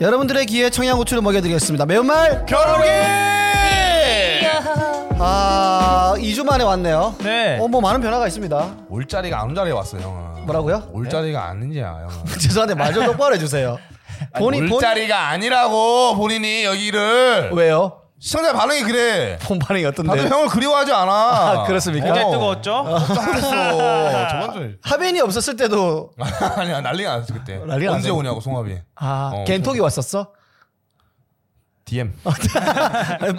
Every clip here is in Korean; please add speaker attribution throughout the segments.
Speaker 1: 여러분들의 귀에 청양고추를 먹여드리겠습니다. 매운말
Speaker 2: 겨루기
Speaker 1: 아 2주 만에 왔네요.
Speaker 2: 네.
Speaker 1: 어뭐 많은 변화가 있습니다.
Speaker 2: 올 자리가 안 온 자리에 왔어 형은
Speaker 1: 뭐라고요?
Speaker 2: 올 자리가 아닌지야 형은
Speaker 1: 죄송한데 말 좀 똑바로 해주세요. 본인
Speaker 2: 올
Speaker 1: 본
Speaker 2: 자리가 아니라고 본인이 여기를
Speaker 1: 왜요?
Speaker 2: 시청자 반응이 그래
Speaker 1: 본 반응이 어떤데?
Speaker 2: 다들 형을 그리워하지 않아
Speaker 1: 아, 그렇습니까?
Speaker 3: 어제
Speaker 1: 어.
Speaker 3: 뜨거웠죠?
Speaker 2: 깜짝했어 저번 주에
Speaker 1: 하빈이 없었을 때도
Speaker 2: 아니야 난리가 났어 그때
Speaker 1: 난리가
Speaker 2: 언제
Speaker 1: 났어요.
Speaker 2: 오냐고 송합이
Speaker 1: 아
Speaker 2: 어,
Speaker 1: 겐톡이 왔었어?
Speaker 2: DM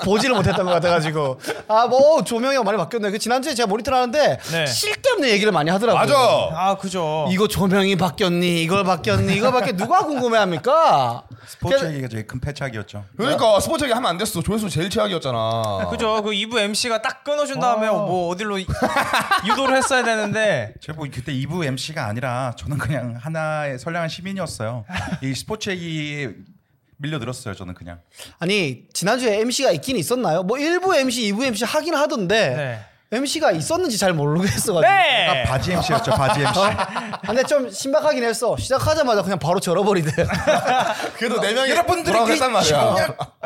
Speaker 1: 보지를 못했던 것 같아가지고 아 뭐 조명이 많이 바뀌었네. 그 지난주에 제가 모니터를 하는데
Speaker 3: 네.
Speaker 1: 쓸데없는 얘기를 많이 하더라고요. 네.
Speaker 2: 맞아
Speaker 3: 아 그죠.
Speaker 1: 이거 조명이 바뀌었니? 이걸 바뀌었니? 이거 밖에 누가 궁금해합니까?
Speaker 4: 스포츠 얘기가 제일 큰 패착이었죠.
Speaker 2: 그러니까 스포츠 얘기 하면 안 됐어 조회수 제일 최악이었잖아
Speaker 3: 그죠. 그 2부 MC가 딱 끊어준 다음에 뭐 어디로 이- 유도를 했어야 되는데
Speaker 4: 제가 보기 그때 2부 MC가 아니라 저는 그냥 하나의 선량한 시민이었어요. 이 스포츠 얘기 밀려들었어요. 저는 그냥.
Speaker 1: 아니 지난주에 MC가 있긴 있었나요? 뭐 1부 MC, 2부 MC 하긴 하던데
Speaker 2: 네.
Speaker 1: MC가 있었는지 잘 모르겠어가지고
Speaker 3: 네.
Speaker 4: 바지 MC였죠. 바지 MC.
Speaker 1: 아, 근데 좀 신박하긴 했어 시작하자마자 그냥 바로 절어버리대
Speaker 2: 그래도 네 명이
Speaker 4: 여러분들이
Speaker 2: 돌아오긴
Speaker 4: 그
Speaker 2: 했단 말이야.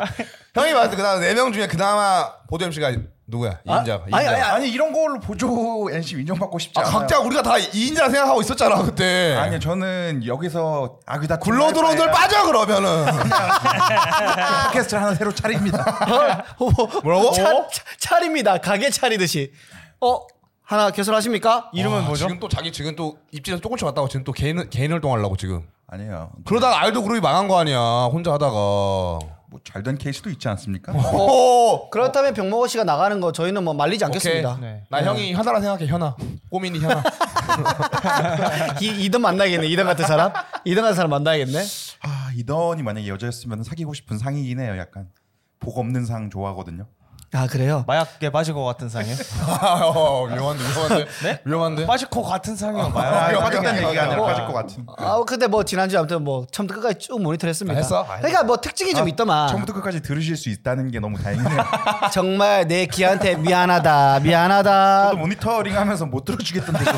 Speaker 2: 형이 봤을 때 그다음 네명 중에 그나마 보조 MC가 누구야?
Speaker 1: 아?
Speaker 2: 이인자.
Speaker 1: 아니,
Speaker 4: 아니,
Speaker 1: 아니,
Speaker 4: 아니 이런 걸로 보조 MC 인정받고 싶지 않아요.
Speaker 2: 각자 우리가 다 이인자 생각하고 있었잖아 그때.
Speaker 4: 아니 저는 여기서 아 그다
Speaker 2: 굴러 들어온 들 빠져 그러면은.
Speaker 4: 팟캐스트 하나 새로 차립니다.
Speaker 2: 뭐라고?
Speaker 1: 차, 차, 차립니다 가게 차리듯이 어? 하나 개설하십니까?
Speaker 3: 이름은
Speaker 2: 아,
Speaker 3: 뭐죠?
Speaker 2: 지금 또 자기 지금 또 입지에서 조금씩 왔다고 지금 또 개인 개인 활동하려고 지금.
Speaker 4: 아니에요.
Speaker 2: 그러다가 알도 그룹이 망한 거 아니야 혼자 하다가. 어.
Speaker 4: 뭐 잘 된 케이스도 있지 않습니까?
Speaker 2: 오.
Speaker 1: 그렇다면 병먹어 씨가 나가는 거 저희는 뭐 말리지
Speaker 2: 오케이.
Speaker 1: 않겠습니다
Speaker 3: 네.
Speaker 2: 나 형이 현아라 생각해 현아. 꼬민이 현아.
Speaker 1: 이, 이든 만나야겠네 이든 같은 사람 이든 같은 사람 만나야겠네
Speaker 4: 아 이던이 만약에 여자였으면 사귀고 싶은 상이긴 해요. 약간 복 없는 상 좋아하거든요.
Speaker 1: 아 그래요?
Speaker 3: 마약에 빠질 것 같은 상이요?
Speaker 2: 어, 위험한데 위험한데.
Speaker 3: 네?
Speaker 2: 위험한데.
Speaker 3: 빠질 것 같은 상이요.
Speaker 4: 아,
Speaker 3: 마약.
Speaker 4: 빠졌다는 얘기가 아니라
Speaker 2: 어.
Speaker 4: 빠질 것 같은.
Speaker 1: 아 근데 뭐 지난주에 아무튼 뭐 처음부터 끝까지 쭉 모니터를 했습니다
Speaker 2: 아, 했어? 아,
Speaker 1: 그러니까 뭐 특징이 좀 있더만
Speaker 4: 처음부터 끝까지 들으실 수 있다는 게 너무 다행이네요.
Speaker 1: 정말 내 귀한테 미안하다 미안하다
Speaker 4: 저도 모니터링 하면서 못 들어주겠던데. 이거.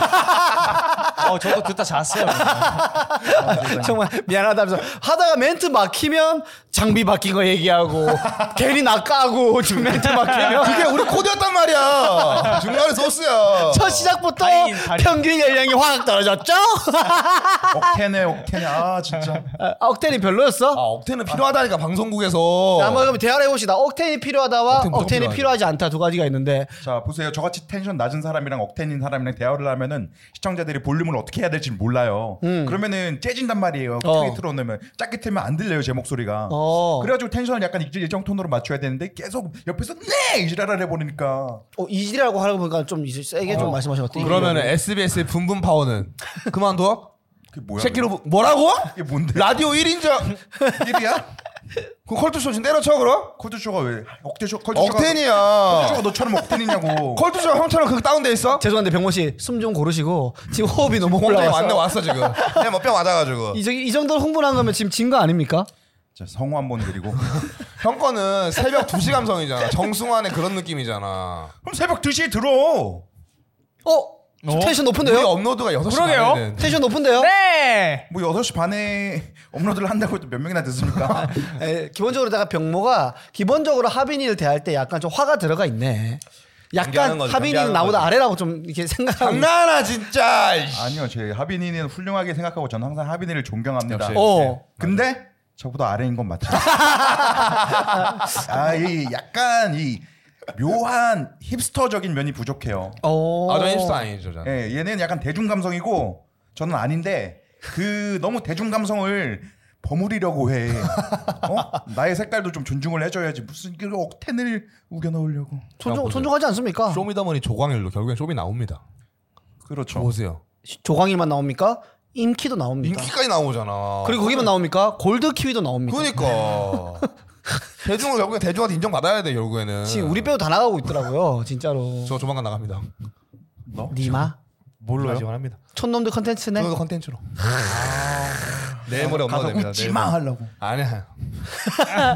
Speaker 3: 어, 저도 듣다 잤어요.
Speaker 2: 뭐
Speaker 1: 정말 미안하다 하면서 하다가 멘트 막히면 장비 바뀐 거 얘기하고 괜히 나 까고 지금 멘트 막히면
Speaker 2: 그게 우리 코드였단 말이야. 중간에 소스야.
Speaker 1: 첫 시작부터
Speaker 3: 다행이긴 다행이다.
Speaker 1: 평균 연령이 확 떨어졌죠?
Speaker 4: 옥텐에 옥텐에 아 진짜.
Speaker 1: 아, 억텐이 별로였어?
Speaker 2: 아 억텐은 필요하다니까 방송국에서
Speaker 1: 자, 한번 그럼 대화를 해봅시다. 억텐이 필요하다와
Speaker 2: 억텐 무조건
Speaker 1: 억텐이
Speaker 2: 필요하죠.
Speaker 1: 필요하지 않다 두 가지가 있는데
Speaker 4: 자 보세요. 저같이 텐션 낮은 사람이랑 옥텐인 사람이랑 대화를 하면은 시청자들이 볼륨을 어떻게 해야 될지 몰라요.
Speaker 2: 음.
Speaker 4: 그러면은 재진단 말이에요. 크게
Speaker 1: 어.
Speaker 4: 틀어놓으면 작게 틀면 안 들려요 제 목소리가.
Speaker 1: 어.
Speaker 4: 그래가지고 텐션을 약간 일정- 일정 톤으로 맞춰야 되는데 계속 옆에서 네 이지랄을 해버리니까.
Speaker 1: 어, 이지라고 하라고 보니까 좀 이제 세게 좀 말씀하신 것 같아요.
Speaker 2: 어. 그러면 SBS의 분분 파워는 그만둬?
Speaker 4: 그게 뭐야?
Speaker 2: 새끼로 부- 뭐라고?
Speaker 4: 이게 뭔데?
Speaker 2: 라디오 1인자
Speaker 4: 일이야?
Speaker 2: 그 컬투쇼 지금 때려쳐 그럼?
Speaker 4: 컬투쇼가 왜? 옥텐쇼 컬투쇼가
Speaker 2: 억텐이야
Speaker 4: 컬투쇼가 너처럼 옥텐이냐고.
Speaker 2: 컬투쇼 형처럼 그 다운돼 있어?
Speaker 1: 죄송한데 병모 씨숨 좀 고르시고 지금 호흡이 너무
Speaker 2: 공장에 왔네
Speaker 1: 올라왔어.
Speaker 2: 왔어 지금 내가 뭐뼈 맞아가지고
Speaker 1: 이, 저기- 이 정도로 흥분한 거면 지금 진 거 아닙니까?
Speaker 4: 자 성우 한 번 드리고.
Speaker 2: 형 거는 새벽 2시 감성이잖아 정승환의 그런 느낌이잖아
Speaker 4: 그럼 새벽 2시에 들어.
Speaker 1: 어?
Speaker 3: 어?
Speaker 1: 텐션
Speaker 2: 우리
Speaker 1: 높은데요?
Speaker 2: 업로드가 6시
Speaker 3: 그러게요.
Speaker 2: 반에는
Speaker 1: 텐션 높은데요?
Speaker 3: 네.
Speaker 4: 뭐 6시 반에 업로드를 한다고 해도 몇 명이나 됐습니까?
Speaker 1: 에, 예, 기본적으로 다가 병모가 기본적으로 하빈이를 대할 때 약간 좀 화가 들어가 있네. 약간
Speaker 2: 경계하는 거지,
Speaker 1: 하빈이는
Speaker 2: 경계하는
Speaker 1: 나보다
Speaker 2: 거지.
Speaker 1: 아래라고 좀 이렇게 생각하고.
Speaker 2: 장난하나 진짜 이씨.
Speaker 4: 아니요, 제 하빈이는 훌륭하게 생각하고 저는 항상 하빈이를 존경합니다.
Speaker 2: 역시.
Speaker 1: 어.
Speaker 4: 근데 저보다 아래인 건 맞죠. 아, 이 약간 이 묘한 힙스터적인 면이 부족해요.
Speaker 1: 어.
Speaker 2: 아저 힙스터 아니죠 저는
Speaker 4: 예, 얘는 약간 대중 감성이고 저는 아닌데 그 너무 대중 감성을 버무리려고 해. 어? 나의 색깔도 좀 존중을 해줘야지 무슨 그 억텐을 우겨 넣으려고.
Speaker 1: 존중,
Speaker 2: 보세요.
Speaker 1: 존중하지 않습니까?
Speaker 2: 아, 쇼미더머니 조광일로 결국엔 쇼미 나옵니다
Speaker 4: 그렇죠.
Speaker 2: 보세요
Speaker 1: 조광일만 나옵니까? 임키도 나옵니까?
Speaker 2: 인기까지 나오잖아
Speaker 1: 그러니까. 그리고 거기만 나옵니까? 골드 키위도 나옵니까?
Speaker 2: 그러니까 대중은 결국엔 대중한테 인정받아야 돼 결국에는
Speaker 1: 지금 우리 빼고 다 나가고 있더라고요, 진짜로.
Speaker 2: 저 조만간 나갑니다
Speaker 4: 너?
Speaker 1: 니마
Speaker 2: 뭘로요? 지원합니다
Speaker 1: 촌놈들 컨텐츠네.
Speaker 2: 그거 컨텐츠로 아. 내일 모레 업로드
Speaker 4: 가서
Speaker 2: 됩니다 내일
Speaker 4: 웃지마
Speaker 2: 모레.
Speaker 4: 하려고.
Speaker 2: 아니야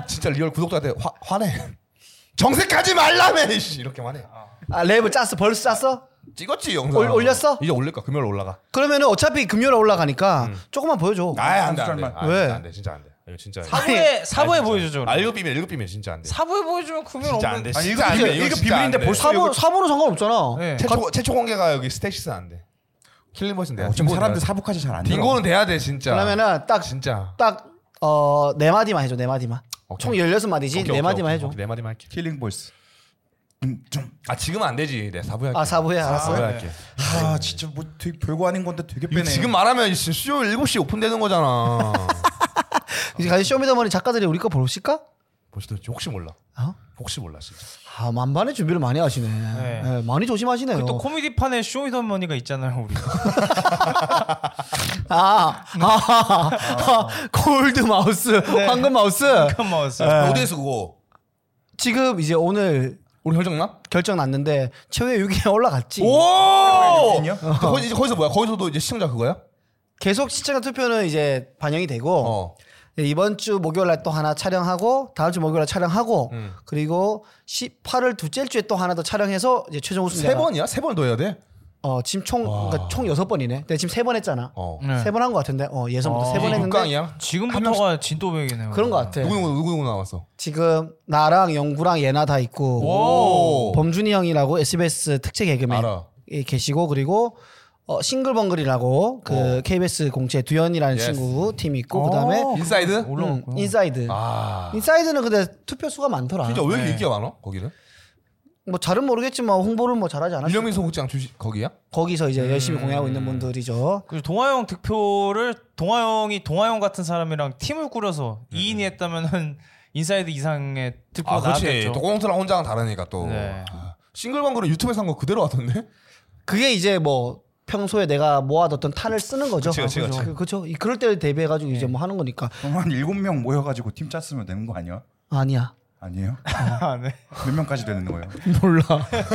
Speaker 2: 진짜 리얼 구독자한테 화, 화내 정색하지 말라며 이씨, 이렇게 말해
Speaker 1: 아 랩을 짰어, 벌써 짰어?
Speaker 2: 찍었지 영상
Speaker 1: 올- 올렸어?
Speaker 2: 이제 올릴까 금요일 올라가
Speaker 1: 그러면은 어차피 금요일에 올라가니까 조금만 보여줘.
Speaker 2: 음. 아안돼안돼
Speaker 4: 한
Speaker 1: 왜?
Speaker 2: 안돼 진짜 안돼 이거 진짜
Speaker 3: 사부에 사부에 보여주죠.
Speaker 2: 아 이거 비밀 이거 비밀 진짜 안 돼.
Speaker 3: 사부에 보여주면 구매를
Speaker 2: 진짜 안 돼.
Speaker 3: 없는데.
Speaker 2: 진짜
Speaker 4: 아니,
Speaker 2: 안
Speaker 4: 이거
Speaker 2: 돼.
Speaker 4: 이거
Speaker 2: 진짜 안
Speaker 4: 비밀인데
Speaker 2: 돼.
Speaker 4: 벌써
Speaker 1: 사부
Speaker 4: 이거
Speaker 1: 사부는 상관없잖아.
Speaker 3: 네.
Speaker 2: 최초 최초 공개가 여기 스테시스 안 돼. 킬리버스는
Speaker 4: 네, 뭐
Speaker 2: 돼야 돼.
Speaker 5: 어쩜
Speaker 2: 빙고는
Speaker 5: 사람들
Speaker 2: 돼야 돼.
Speaker 5: 사부까지 잘안
Speaker 2: 빙고는 돼야 돼 진짜.
Speaker 1: 그러면은 딱
Speaker 2: 진짜
Speaker 1: 딱 어, 네 마디만 해줘. 네 마디만.
Speaker 2: 오케이.
Speaker 1: 총 16마디지.
Speaker 2: 오케이,
Speaker 1: 네
Speaker 2: 오케이,
Speaker 1: 마디만
Speaker 2: 오케이,
Speaker 1: 해줘.
Speaker 2: 오케이, 네 마디만 할게.
Speaker 4: 킬링 보이스. 음, 좀.
Speaker 2: 아 지금 안 되지. 내 사부에 할게.
Speaker 1: 아, 사부야. 알았어.
Speaker 2: 사부에 할게.
Speaker 4: 아 진짜 뭐 되게 별거 아닌 건데 되게
Speaker 2: 이거
Speaker 4: 빼네.
Speaker 2: 지금 말하면 지금 수요일 7시 오픈되는 거잖아.
Speaker 1: 이제 가서 쇼미더머니 작가들이 우리 거 보실까?
Speaker 2: 벌써 혹시 몰라.
Speaker 1: 어?
Speaker 2: 혹시 몰라 진짜.
Speaker 1: 아, 만반의 준비를 많이 하시네.
Speaker 3: 네.
Speaker 1: 예, 많이 조심하시네요.
Speaker 3: 또 코미디판에 쇼미더머니가 있잖아요 우리.
Speaker 1: 아, 아, 아, 골드 마우스,
Speaker 2: 네.
Speaker 1: 황금 마우스.
Speaker 3: 마우스.
Speaker 2: 아, 어디에서 그거?
Speaker 1: 지금 이제 오늘
Speaker 2: 우리 혈정남?
Speaker 1: 결정 났는데 최후의 6위에 올라갔지.
Speaker 2: 오! 그
Speaker 4: 있냐?
Speaker 2: 거기 이제 거기서 뭐야? 거기서도 이제 시청자 그거야?
Speaker 1: 계속 시청자 투표는 이제 반영이 되고
Speaker 2: 어.
Speaker 1: 예, 이번 주 목요일 날 또 하나 촬영하고 다음 주 목요일 날 촬영하고
Speaker 2: 음.
Speaker 1: 그리고 18월 둘째 주에 또 하나 더 촬영해서 이제 최종 우승자.
Speaker 2: 세 번이야? 세 번 더 해야 돼?
Speaker 1: 어, 지금 총 그러니까 총 여섯 번이네. 내가 지금 세 번 했잖아.
Speaker 2: 어.
Speaker 3: 네.
Speaker 1: 세 번 한 것 같은데. 어, 예선부터
Speaker 3: 아,
Speaker 1: 음. 세 번 했는데
Speaker 2: 육강이야?
Speaker 3: 지금부터가 진또백이네요.
Speaker 1: 그런 것 같아.
Speaker 2: 누구 누구 누구 누구 나왔어?
Speaker 1: 지금 나랑 영구랑 예나 다 있고
Speaker 2: 오.
Speaker 1: 범준이 형이라고 SBS 특채 개그맨
Speaker 2: 알아.
Speaker 1: 이 계시고 그리고 어, 싱글벙글이라고 그 KBS 공채 두현이라는
Speaker 2: 예스.
Speaker 1: 친구 팀 있고 그다음에
Speaker 2: 인사이드?
Speaker 1: 음, 인사이드.
Speaker 2: 아.
Speaker 1: 인사이드는 근데 투표 수가 많더라.
Speaker 2: 진짜 왜 이렇게 인기가 많아? 거기는?
Speaker 1: 뭐 잘은 모르겠지만 홍보를 뭐 잘하지 않았어.
Speaker 2: 유명민 소극장 주식 거기야?
Speaker 1: 거기서 이제 열심히 공연하고 있는 분들이죠.
Speaker 3: 그리고 동아영 득표를 동아영이 동아영 같은 사람이랑 팀을 꾸려서 2인이 했다면은 인사이드 이상의 득표가
Speaker 2: 아, 그렇지.
Speaker 3: 나왔겠죠.
Speaker 2: 또 꽁트랑 혼자랑 다르니까 또.
Speaker 3: 네.
Speaker 2: 아, 싱글방글은 유튜브에서 한 거 그대로 왔던데?
Speaker 1: 그게 이제 뭐 평소에 내가 모아뒀던 탄을 쓰는 거죠.
Speaker 2: 그치, 그치, 그치.
Speaker 1: 그, 그쵸? 이- 그럴 때 대비해가지고 이제 뭐 하는 거니까
Speaker 4: 그럼 한 일곱 명 모여가지고 팀 짰으면 되는 거 아니야?
Speaker 1: 아니야.
Speaker 4: 아니에요?
Speaker 3: 아, 네.
Speaker 4: 몇 명까지 되는 거예요?
Speaker 1: 몰라.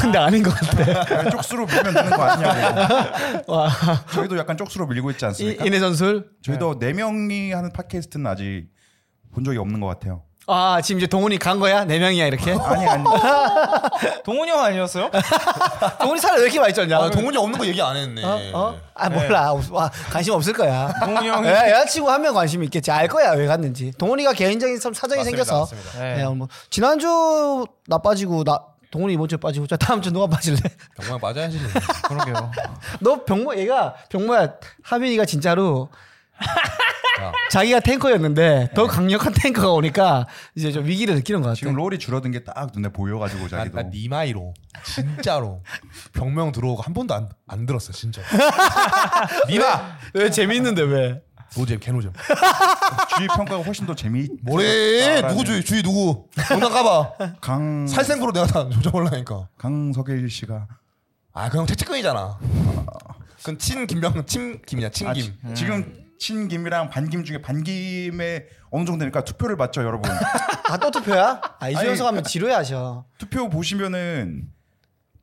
Speaker 1: 근데 아닌 것 같아.
Speaker 4: 그냥 쪽수로 밀면 되는 거 아니냐고.
Speaker 1: 와.
Speaker 4: 저희도 약간 쪽수로 밀고 있지
Speaker 1: 이-
Speaker 4: 않습니까?
Speaker 1: 인해 전술.
Speaker 4: 저희도 네 명이 하는 팟캐스트는 아직 본 적이 없는 것 같아요.
Speaker 1: 아 지금 이제 동훈이 간 거야? 네 명이야 이렇게?
Speaker 4: 아니 아니.
Speaker 3: 동훈이 형 아니었어요?
Speaker 1: 동훈이 살을 왜 이렇게 많이 쪘냐?
Speaker 2: 아, 동훈이 없는 거 얘기 안 했네.
Speaker 1: 어? 어? 아 몰라. 없- 와, 관심 없을 거야.
Speaker 3: 동훈이 형이-
Speaker 1: 야, 여자친구 한 명 관심 있겠지. 알 거야 왜 갔는지. 동훈이가 개인적인 참 사정이
Speaker 2: 맞습니다,
Speaker 1: 생겨서.
Speaker 2: 맞습니다.
Speaker 1: 예, 뭐 지난주 나 빠지고 나 동훈이 이번 주에 빠지고 자 다음 주 누가 빠질래?
Speaker 2: 정말 맞아야지.
Speaker 3: 그러게요.
Speaker 1: 너 병모 얘가 병모야 하빈이가 진짜로 자기가 탱커였는데 더 강력한 탱커가 오니까 이제 좀 위기를 느끼는 것 같아.
Speaker 4: 지금 롤이 줄어든 게 딱 눈에 보여가지고 자기도
Speaker 2: 나니 마이로 진짜로 병명 들어오고 한 번도 안, 안 들었어 진짜. 니마
Speaker 1: 왜 재밌는데 왜?
Speaker 2: 노잼 개노잼.
Speaker 4: 주위 평가가 훨씬 더 재미.
Speaker 2: 뭐래
Speaker 4: 아,
Speaker 2: 누구 주위 주위 누구 농담 까봐
Speaker 4: 강
Speaker 2: 살생부로 내가 다 조져올라니까.
Speaker 4: 강석일 씨가
Speaker 2: 아 그냥 채찍근이잖아. 그건 친 김병 친 김이야 친
Speaker 4: 아,
Speaker 2: 김.
Speaker 4: 지- 지금 친김이랑 반김 중에 반김의 어느 정도 되니까 투표를 받죠 여러분.
Speaker 1: 아 또 투표야? 아
Speaker 4: 아니,
Speaker 1: 이준석 하면 지루해 하셔.
Speaker 4: 투표 보시면은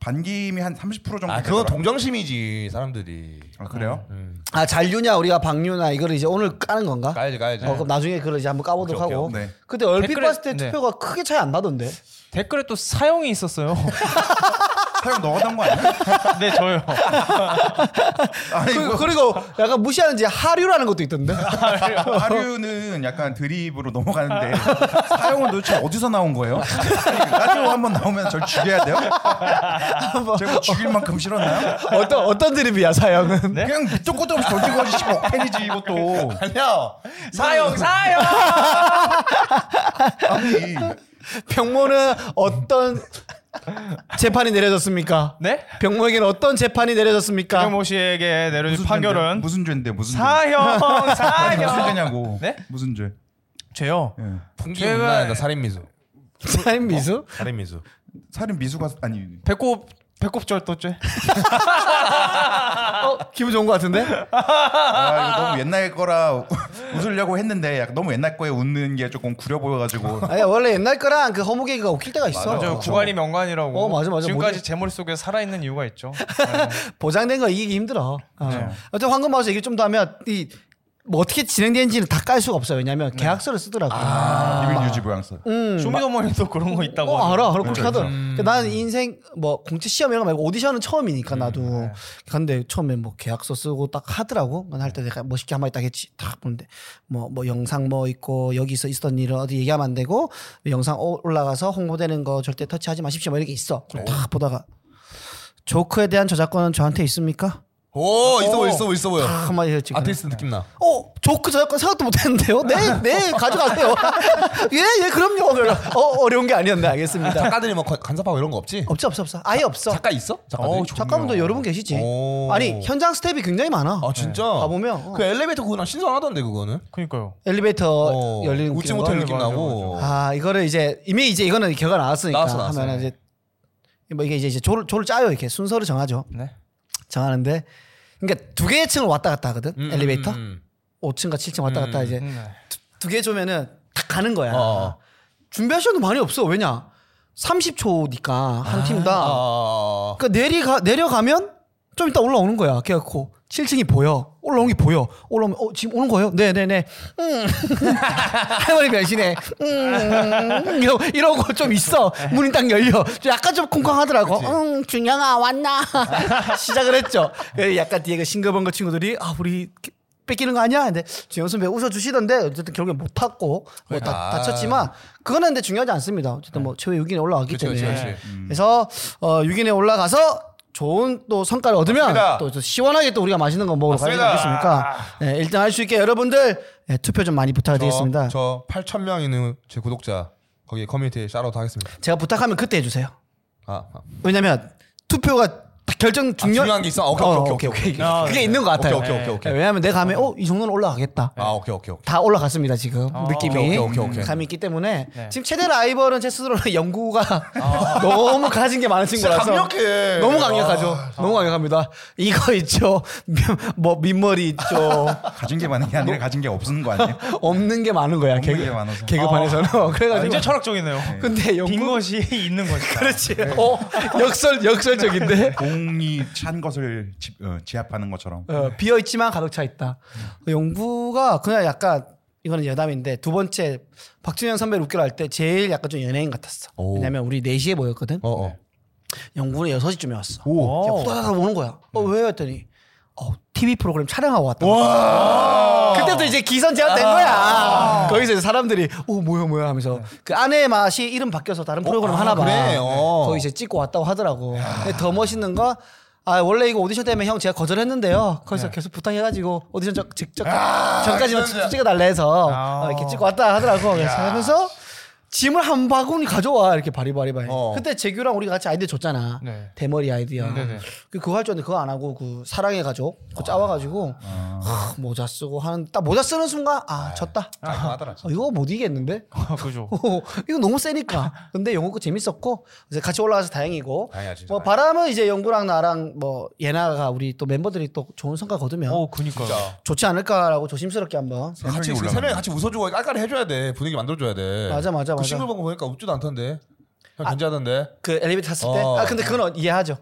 Speaker 4: 반김이 한 30% 정도.
Speaker 2: 아 그건
Speaker 4: 되더라고요.
Speaker 2: 동정심이지 사람들이.
Speaker 4: 아 그래요?
Speaker 1: 아 잔류냐 우리가 박류냐 이거를 이제 오늘 까는 건가?
Speaker 2: 가야지 가야지.
Speaker 1: 어, 그럼 나중에 그걸 이제 한번 까보도록
Speaker 2: 오케이,
Speaker 1: 하고.
Speaker 4: 오케이. 네.
Speaker 1: 그때 얼핏
Speaker 3: 댓글에-
Speaker 1: 봤을 때
Speaker 3: 네.
Speaker 1: 투표가 크게 차이 안 나던데.
Speaker 3: 댓글에 또 사용이 있었어요.
Speaker 4: 사용 너가 단 거 아니야?
Speaker 3: 네 저요.
Speaker 4: 아니 뭐,
Speaker 1: 그, 리고 약간 무시하는지 하류라는 것도 있던데.
Speaker 4: 하류는 약간 드립으로 넘어가는데 사용은 도대체 어디서 나온 거예요? 아니, 라디오 한번 나오면 절 죽여야 돼요? 제가 뭐 죽일 만큼 싫었나요?
Speaker 1: 어떤 어떤 드립이야 사형은?
Speaker 3: 네?
Speaker 4: 그냥 밑도 끝도 없이 던지고 하지 씨발 뭐 팬이지 이것도
Speaker 2: 아니야.
Speaker 3: 사용 사용.
Speaker 4: 아니
Speaker 1: 병모는 어떤 재판이 내려졌습니까?
Speaker 3: 네?
Speaker 1: 병모에게는 어떤 재판이 내려졌습니까?
Speaker 3: 김모 씨에게 내려진
Speaker 4: 무슨 죄인데?
Speaker 3: 판결은
Speaker 4: 무슨 죄인데 무슨 죄
Speaker 3: 사형
Speaker 4: 무슨
Speaker 3: 사형.
Speaker 4: 죄냐고
Speaker 3: 네?
Speaker 4: 무슨 죄
Speaker 3: 죄요.
Speaker 4: 예.
Speaker 2: 풍기
Speaker 3: 제발.
Speaker 2: 문화에다 살인 미수.
Speaker 1: 사인 미수?
Speaker 2: 살인 미수.
Speaker 4: 살인 미수가 아니
Speaker 3: 배꼽 배꼽절 또 죄.
Speaker 1: 어 기분 좋은 것 같은데?
Speaker 4: 아 이거 너무 옛날 거라 웃으려고 했는데 약간 너무 옛날 거에 웃는 게 조금 구려 보여가지고
Speaker 1: 아니 원래 옛날 거랑 그 허무개기가 웃길 때가 있어.
Speaker 3: 맞아요. 구관이 명관이라고.
Speaker 1: 어, 맞아, 맞아.
Speaker 3: 지금까지
Speaker 1: 뭐지?
Speaker 3: 제 머릿속에 살아있는 이유가 있죠.
Speaker 1: 보장된 거 이기기 힘들어. 어. 어쨌든 황금 마우스 얘기 좀 더 하면 이 뭐 어떻게 진행되는지는 다 깔 수가 없어요. 왜냐하면 계약서를 쓰더라고요.
Speaker 3: 아.
Speaker 4: 이민 유지 보양사.
Speaker 1: 음,
Speaker 3: 쇼미더머니도 그런 거 있다고.
Speaker 1: 어,
Speaker 3: 하더라고요.
Speaker 1: 알아. 알아. 그렇게 하더라. 나는 인생 뭐 공채 시험 이런 거 말고 오디션은 처음이니까 나도. 근데 처음에 뭐 계약서 쓰고 딱 하더라고. 할때 내가 멋있게 한마디 딱 했지. 딱 보는데 뭐 뭐 영상 뭐 있고 여기서 있었던 일을 어디 얘기하면 안 되고 영상 오- 올라가서 홍보되는 거 절대 터치하지 마십시오. 뭐 이렇게 있어. 그럼 딱 보다가 조크에 대한 저작권은 저한테 있습니까?
Speaker 2: 오 있어 보여 있어 보여 있어 보여.
Speaker 1: 딱 한마디 했지. 그냥.
Speaker 2: 네. 아티스트 느낌 나.
Speaker 1: 어 조크 저작권 생각도 못했는데요. 네, 네 가져가세요. 예, 예, 그럼요. 그럼. 어, 어려운 게 아니었네. 알겠습니다.
Speaker 2: 작가들이 막 관- 간섭하고 이런 거 없지?
Speaker 1: 없어, 없어, 없어. 아예 없어.
Speaker 2: 작가 네. 있어? 어. 작가들.
Speaker 1: 어, 작가분도 여러 분 계시지.
Speaker 2: 네. 오.
Speaker 1: 아니 현장 스텝이 굉장히 많아.
Speaker 2: 아 진짜?
Speaker 1: 가보면 어.
Speaker 2: 그 엘리베이터 그거랑 신선하던데 그거는.
Speaker 3: 그러니까요.
Speaker 1: 엘리베이터
Speaker 2: 어,
Speaker 1: 열리는
Speaker 2: 웃지
Speaker 1: 그거.
Speaker 2: 못할 느낌
Speaker 3: 맞아,
Speaker 2: 나고.
Speaker 1: 아 이거를 이제 이미 이제 이거는 결과 나왔으니까
Speaker 2: 나왔어, 네. 나왔어.
Speaker 1: 하면 이제 뭐 이게 이제 이제 조를 조를 짜요 이렇게 순서를 정하죠.
Speaker 3: 네.
Speaker 1: 정하는데 그러니까 두 개의 층을 왔다 갔다 하거든
Speaker 2: 음,
Speaker 1: 엘리베이터
Speaker 2: 음, 음.
Speaker 1: 5층과 7층 왔다 갔다 이제
Speaker 3: 음, 네.
Speaker 1: 두 개 조면은 다 가는 거야.
Speaker 2: 어.
Speaker 1: 준비할 시간도 많이 없어. 왜냐 30초니까 한
Speaker 2: 아,
Speaker 1: 팀당.
Speaker 2: 아, 아.
Speaker 1: 그러니까 내리가 내려가면 좀 이따 올라오는 거야. 그래갖고 7층이 보여. 올라오는 게 보여. 올라오면 어 지금 오는 거예요? 네네네. 음. 할머니 변신해. 음. 이러- 이런 거 좀 있어. 문이 딱 열려. 좀 약간 좀 쿵쾅하더라고. 음 준영아 왔나? 시작을 했죠. 그래서 약간 뒤에 그 싱그벙 거 친구들이 아 우리 뺏기는 거 아니야? 근데 준영 선배 웃어주시던데 어쨌든 결국엔 못 탔고 뭐 다,
Speaker 2: 아.
Speaker 1: 다쳤지만 그거는 근데 중요하지 않습니다. 어쨌든 뭐 최후 6인에 올라왔기
Speaker 2: 그치,
Speaker 1: 때문에
Speaker 2: 그치, 그치.
Speaker 1: 그래서 어, 6인에 올라가서 좋은 또 성과를 얻으면
Speaker 4: 맞습니다.
Speaker 1: 또, 또 시원하게 또 우리가 맛있는 거 먹으러 가야 되지
Speaker 4: 맞습니다.
Speaker 1: 않겠습니까? 네, 일단 할 수 있게 여러분들 네, 투표 좀 많이 부탁드리겠습니다.
Speaker 2: 저, 저 8천 명 있는 제 구독자 거기 커뮤니티에 샤라웃 하겠습니다.
Speaker 1: 제가 부탁하면 그때 해주세요.
Speaker 2: 아, 아.
Speaker 1: 왜냐면 투표가 딱 결정 중요...
Speaker 2: 아, 중요한 게 있어? 오케이,
Speaker 1: 어,
Speaker 2: 오케이, 오케이, 오케이.
Speaker 3: 아,
Speaker 1: 그게
Speaker 3: 네.
Speaker 1: 있는 것 같아요.
Speaker 2: 오케이, 오케이, 오케이, 오케이.
Speaker 1: 왜냐면 내가 하면 어, 이 정도는 올라가겠다.
Speaker 2: 아 오케이 오케이 오케이.
Speaker 1: 다 올라갔습니다 지금 느낌이
Speaker 2: 오케이, 오케이, 오케이.
Speaker 1: 감이 있기 때문에
Speaker 3: 네.
Speaker 1: 지금 최대 라이벌은 제 스스로는 연구가 너무 가진 게 많은 친구라서
Speaker 4: 강력해.
Speaker 1: 너무 강력하죠 너무 강력합니다 이거 있죠 미- 뭐 민머리 있죠
Speaker 4: 가진 게 많은 게 아니라 가진 게 없는 거 아니에요?
Speaker 1: 없는 게 많은 거야
Speaker 4: 없는
Speaker 1: 개그
Speaker 4: 게 많아서.
Speaker 1: 개그판에서는
Speaker 3: 아,
Speaker 1: 그래가지고
Speaker 3: 굉장히 철학적이네요. 그
Speaker 1: 근데
Speaker 3: 빈
Speaker 1: 연구
Speaker 3: 것이 있는 것이다.
Speaker 1: 그렇지 어 역설 역설적인데
Speaker 4: 공이 찬 것을 집- 어, 지압하는 것처럼.
Speaker 1: 어, 비어 있지만 가득 차 있다. 영부가 그냥 약간 이거는 여담인데 두 번째 박준현 선배를 웃기로 할 때 제일 약간 좀 연예인 같았어.
Speaker 2: 오.
Speaker 1: 왜냐면 우리 4시에 모였거든.
Speaker 2: 어 어.
Speaker 1: 영구는 6시쯤에 왔어.
Speaker 3: 오.
Speaker 1: 그냥 후다닥 오는 거야. 어, 왜 했더니 어, TV 프로그램 촬영하고 왔다.
Speaker 2: 아,
Speaker 1: 그때부터 이제 기선 제압된 거야. 거기서 이제 사람들이 어 뭐야 뭐야 하면서 그 아내의 맛이 이름 바뀌어서 다른 프로그램 하나 봐.
Speaker 2: 네. 아, 그래? 어.
Speaker 1: 거기 이제 찍고 왔다고 하더라고. 근데 더 멋있는 건. 아 원래 이거 오디션 때문에 형 제가 거절했는데요. 거기서
Speaker 2: 네.
Speaker 1: 계속 부탁해가지고 오디션 저, 직접
Speaker 2: 아,
Speaker 1: 전까지만 찍어달라 해서
Speaker 3: 아.
Speaker 1: 어, 이렇게 찍고 왔다 하더라고. 그래서 하면서 짐을 한 바구니 가져와 이렇게 바리바리바리.
Speaker 2: 어.
Speaker 1: 그때 재규랑 우리가 같이 아이디어 줬잖아.
Speaker 3: 네.
Speaker 1: 대머리 아이디어.
Speaker 3: 네네.
Speaker 1: 그 그거 할 줄 알았는데 그거 안 하고 그 사랑의 가족 그거 짜와가지고 하, 모자 쓰고 하는 딱 모자 쓰는 순간 아 졌다.
Speaker 2: 하더라.
Speaker 1: 어, 이거 못 이기겠는데?
Speaker 3: 아, 그죠.
Speaker 1: 이거 너무 세니까. 근데 영국 거 재밌었고 이제 같이 올라가서 다행이고.
Speaker 2: 다행이야, 진짜
Speaker 1: 뭐 바람은 이제 영구랑 나랑 뭐 예나가 우리 또 멤버들이 또 좋은 성과 거두면
Speaker 3: 어, 그니까요.
Speaker 1: 좋지 않을까라고 조심스럽게 한번.
Speaker 2: 같이
Speaker 4: 올라가는
Speaker 2: 아, 세명이 같이 웃어주고 깔깔이 해줘야 돼 분위기 만들어줘야 돼.
Speaker 1: 맞아, 맞아,
Speaker 2: 그
Speaker 1: 맞아.
Speaker 2: 싱글 보고 보니까 웃지도 않던데. 그냥 견제하던데.
Speaker 1: 그 엘리베이터 탔을 때.
Speaker 2: 어.
Speaker 1: 아 근데 그건 이해하죠.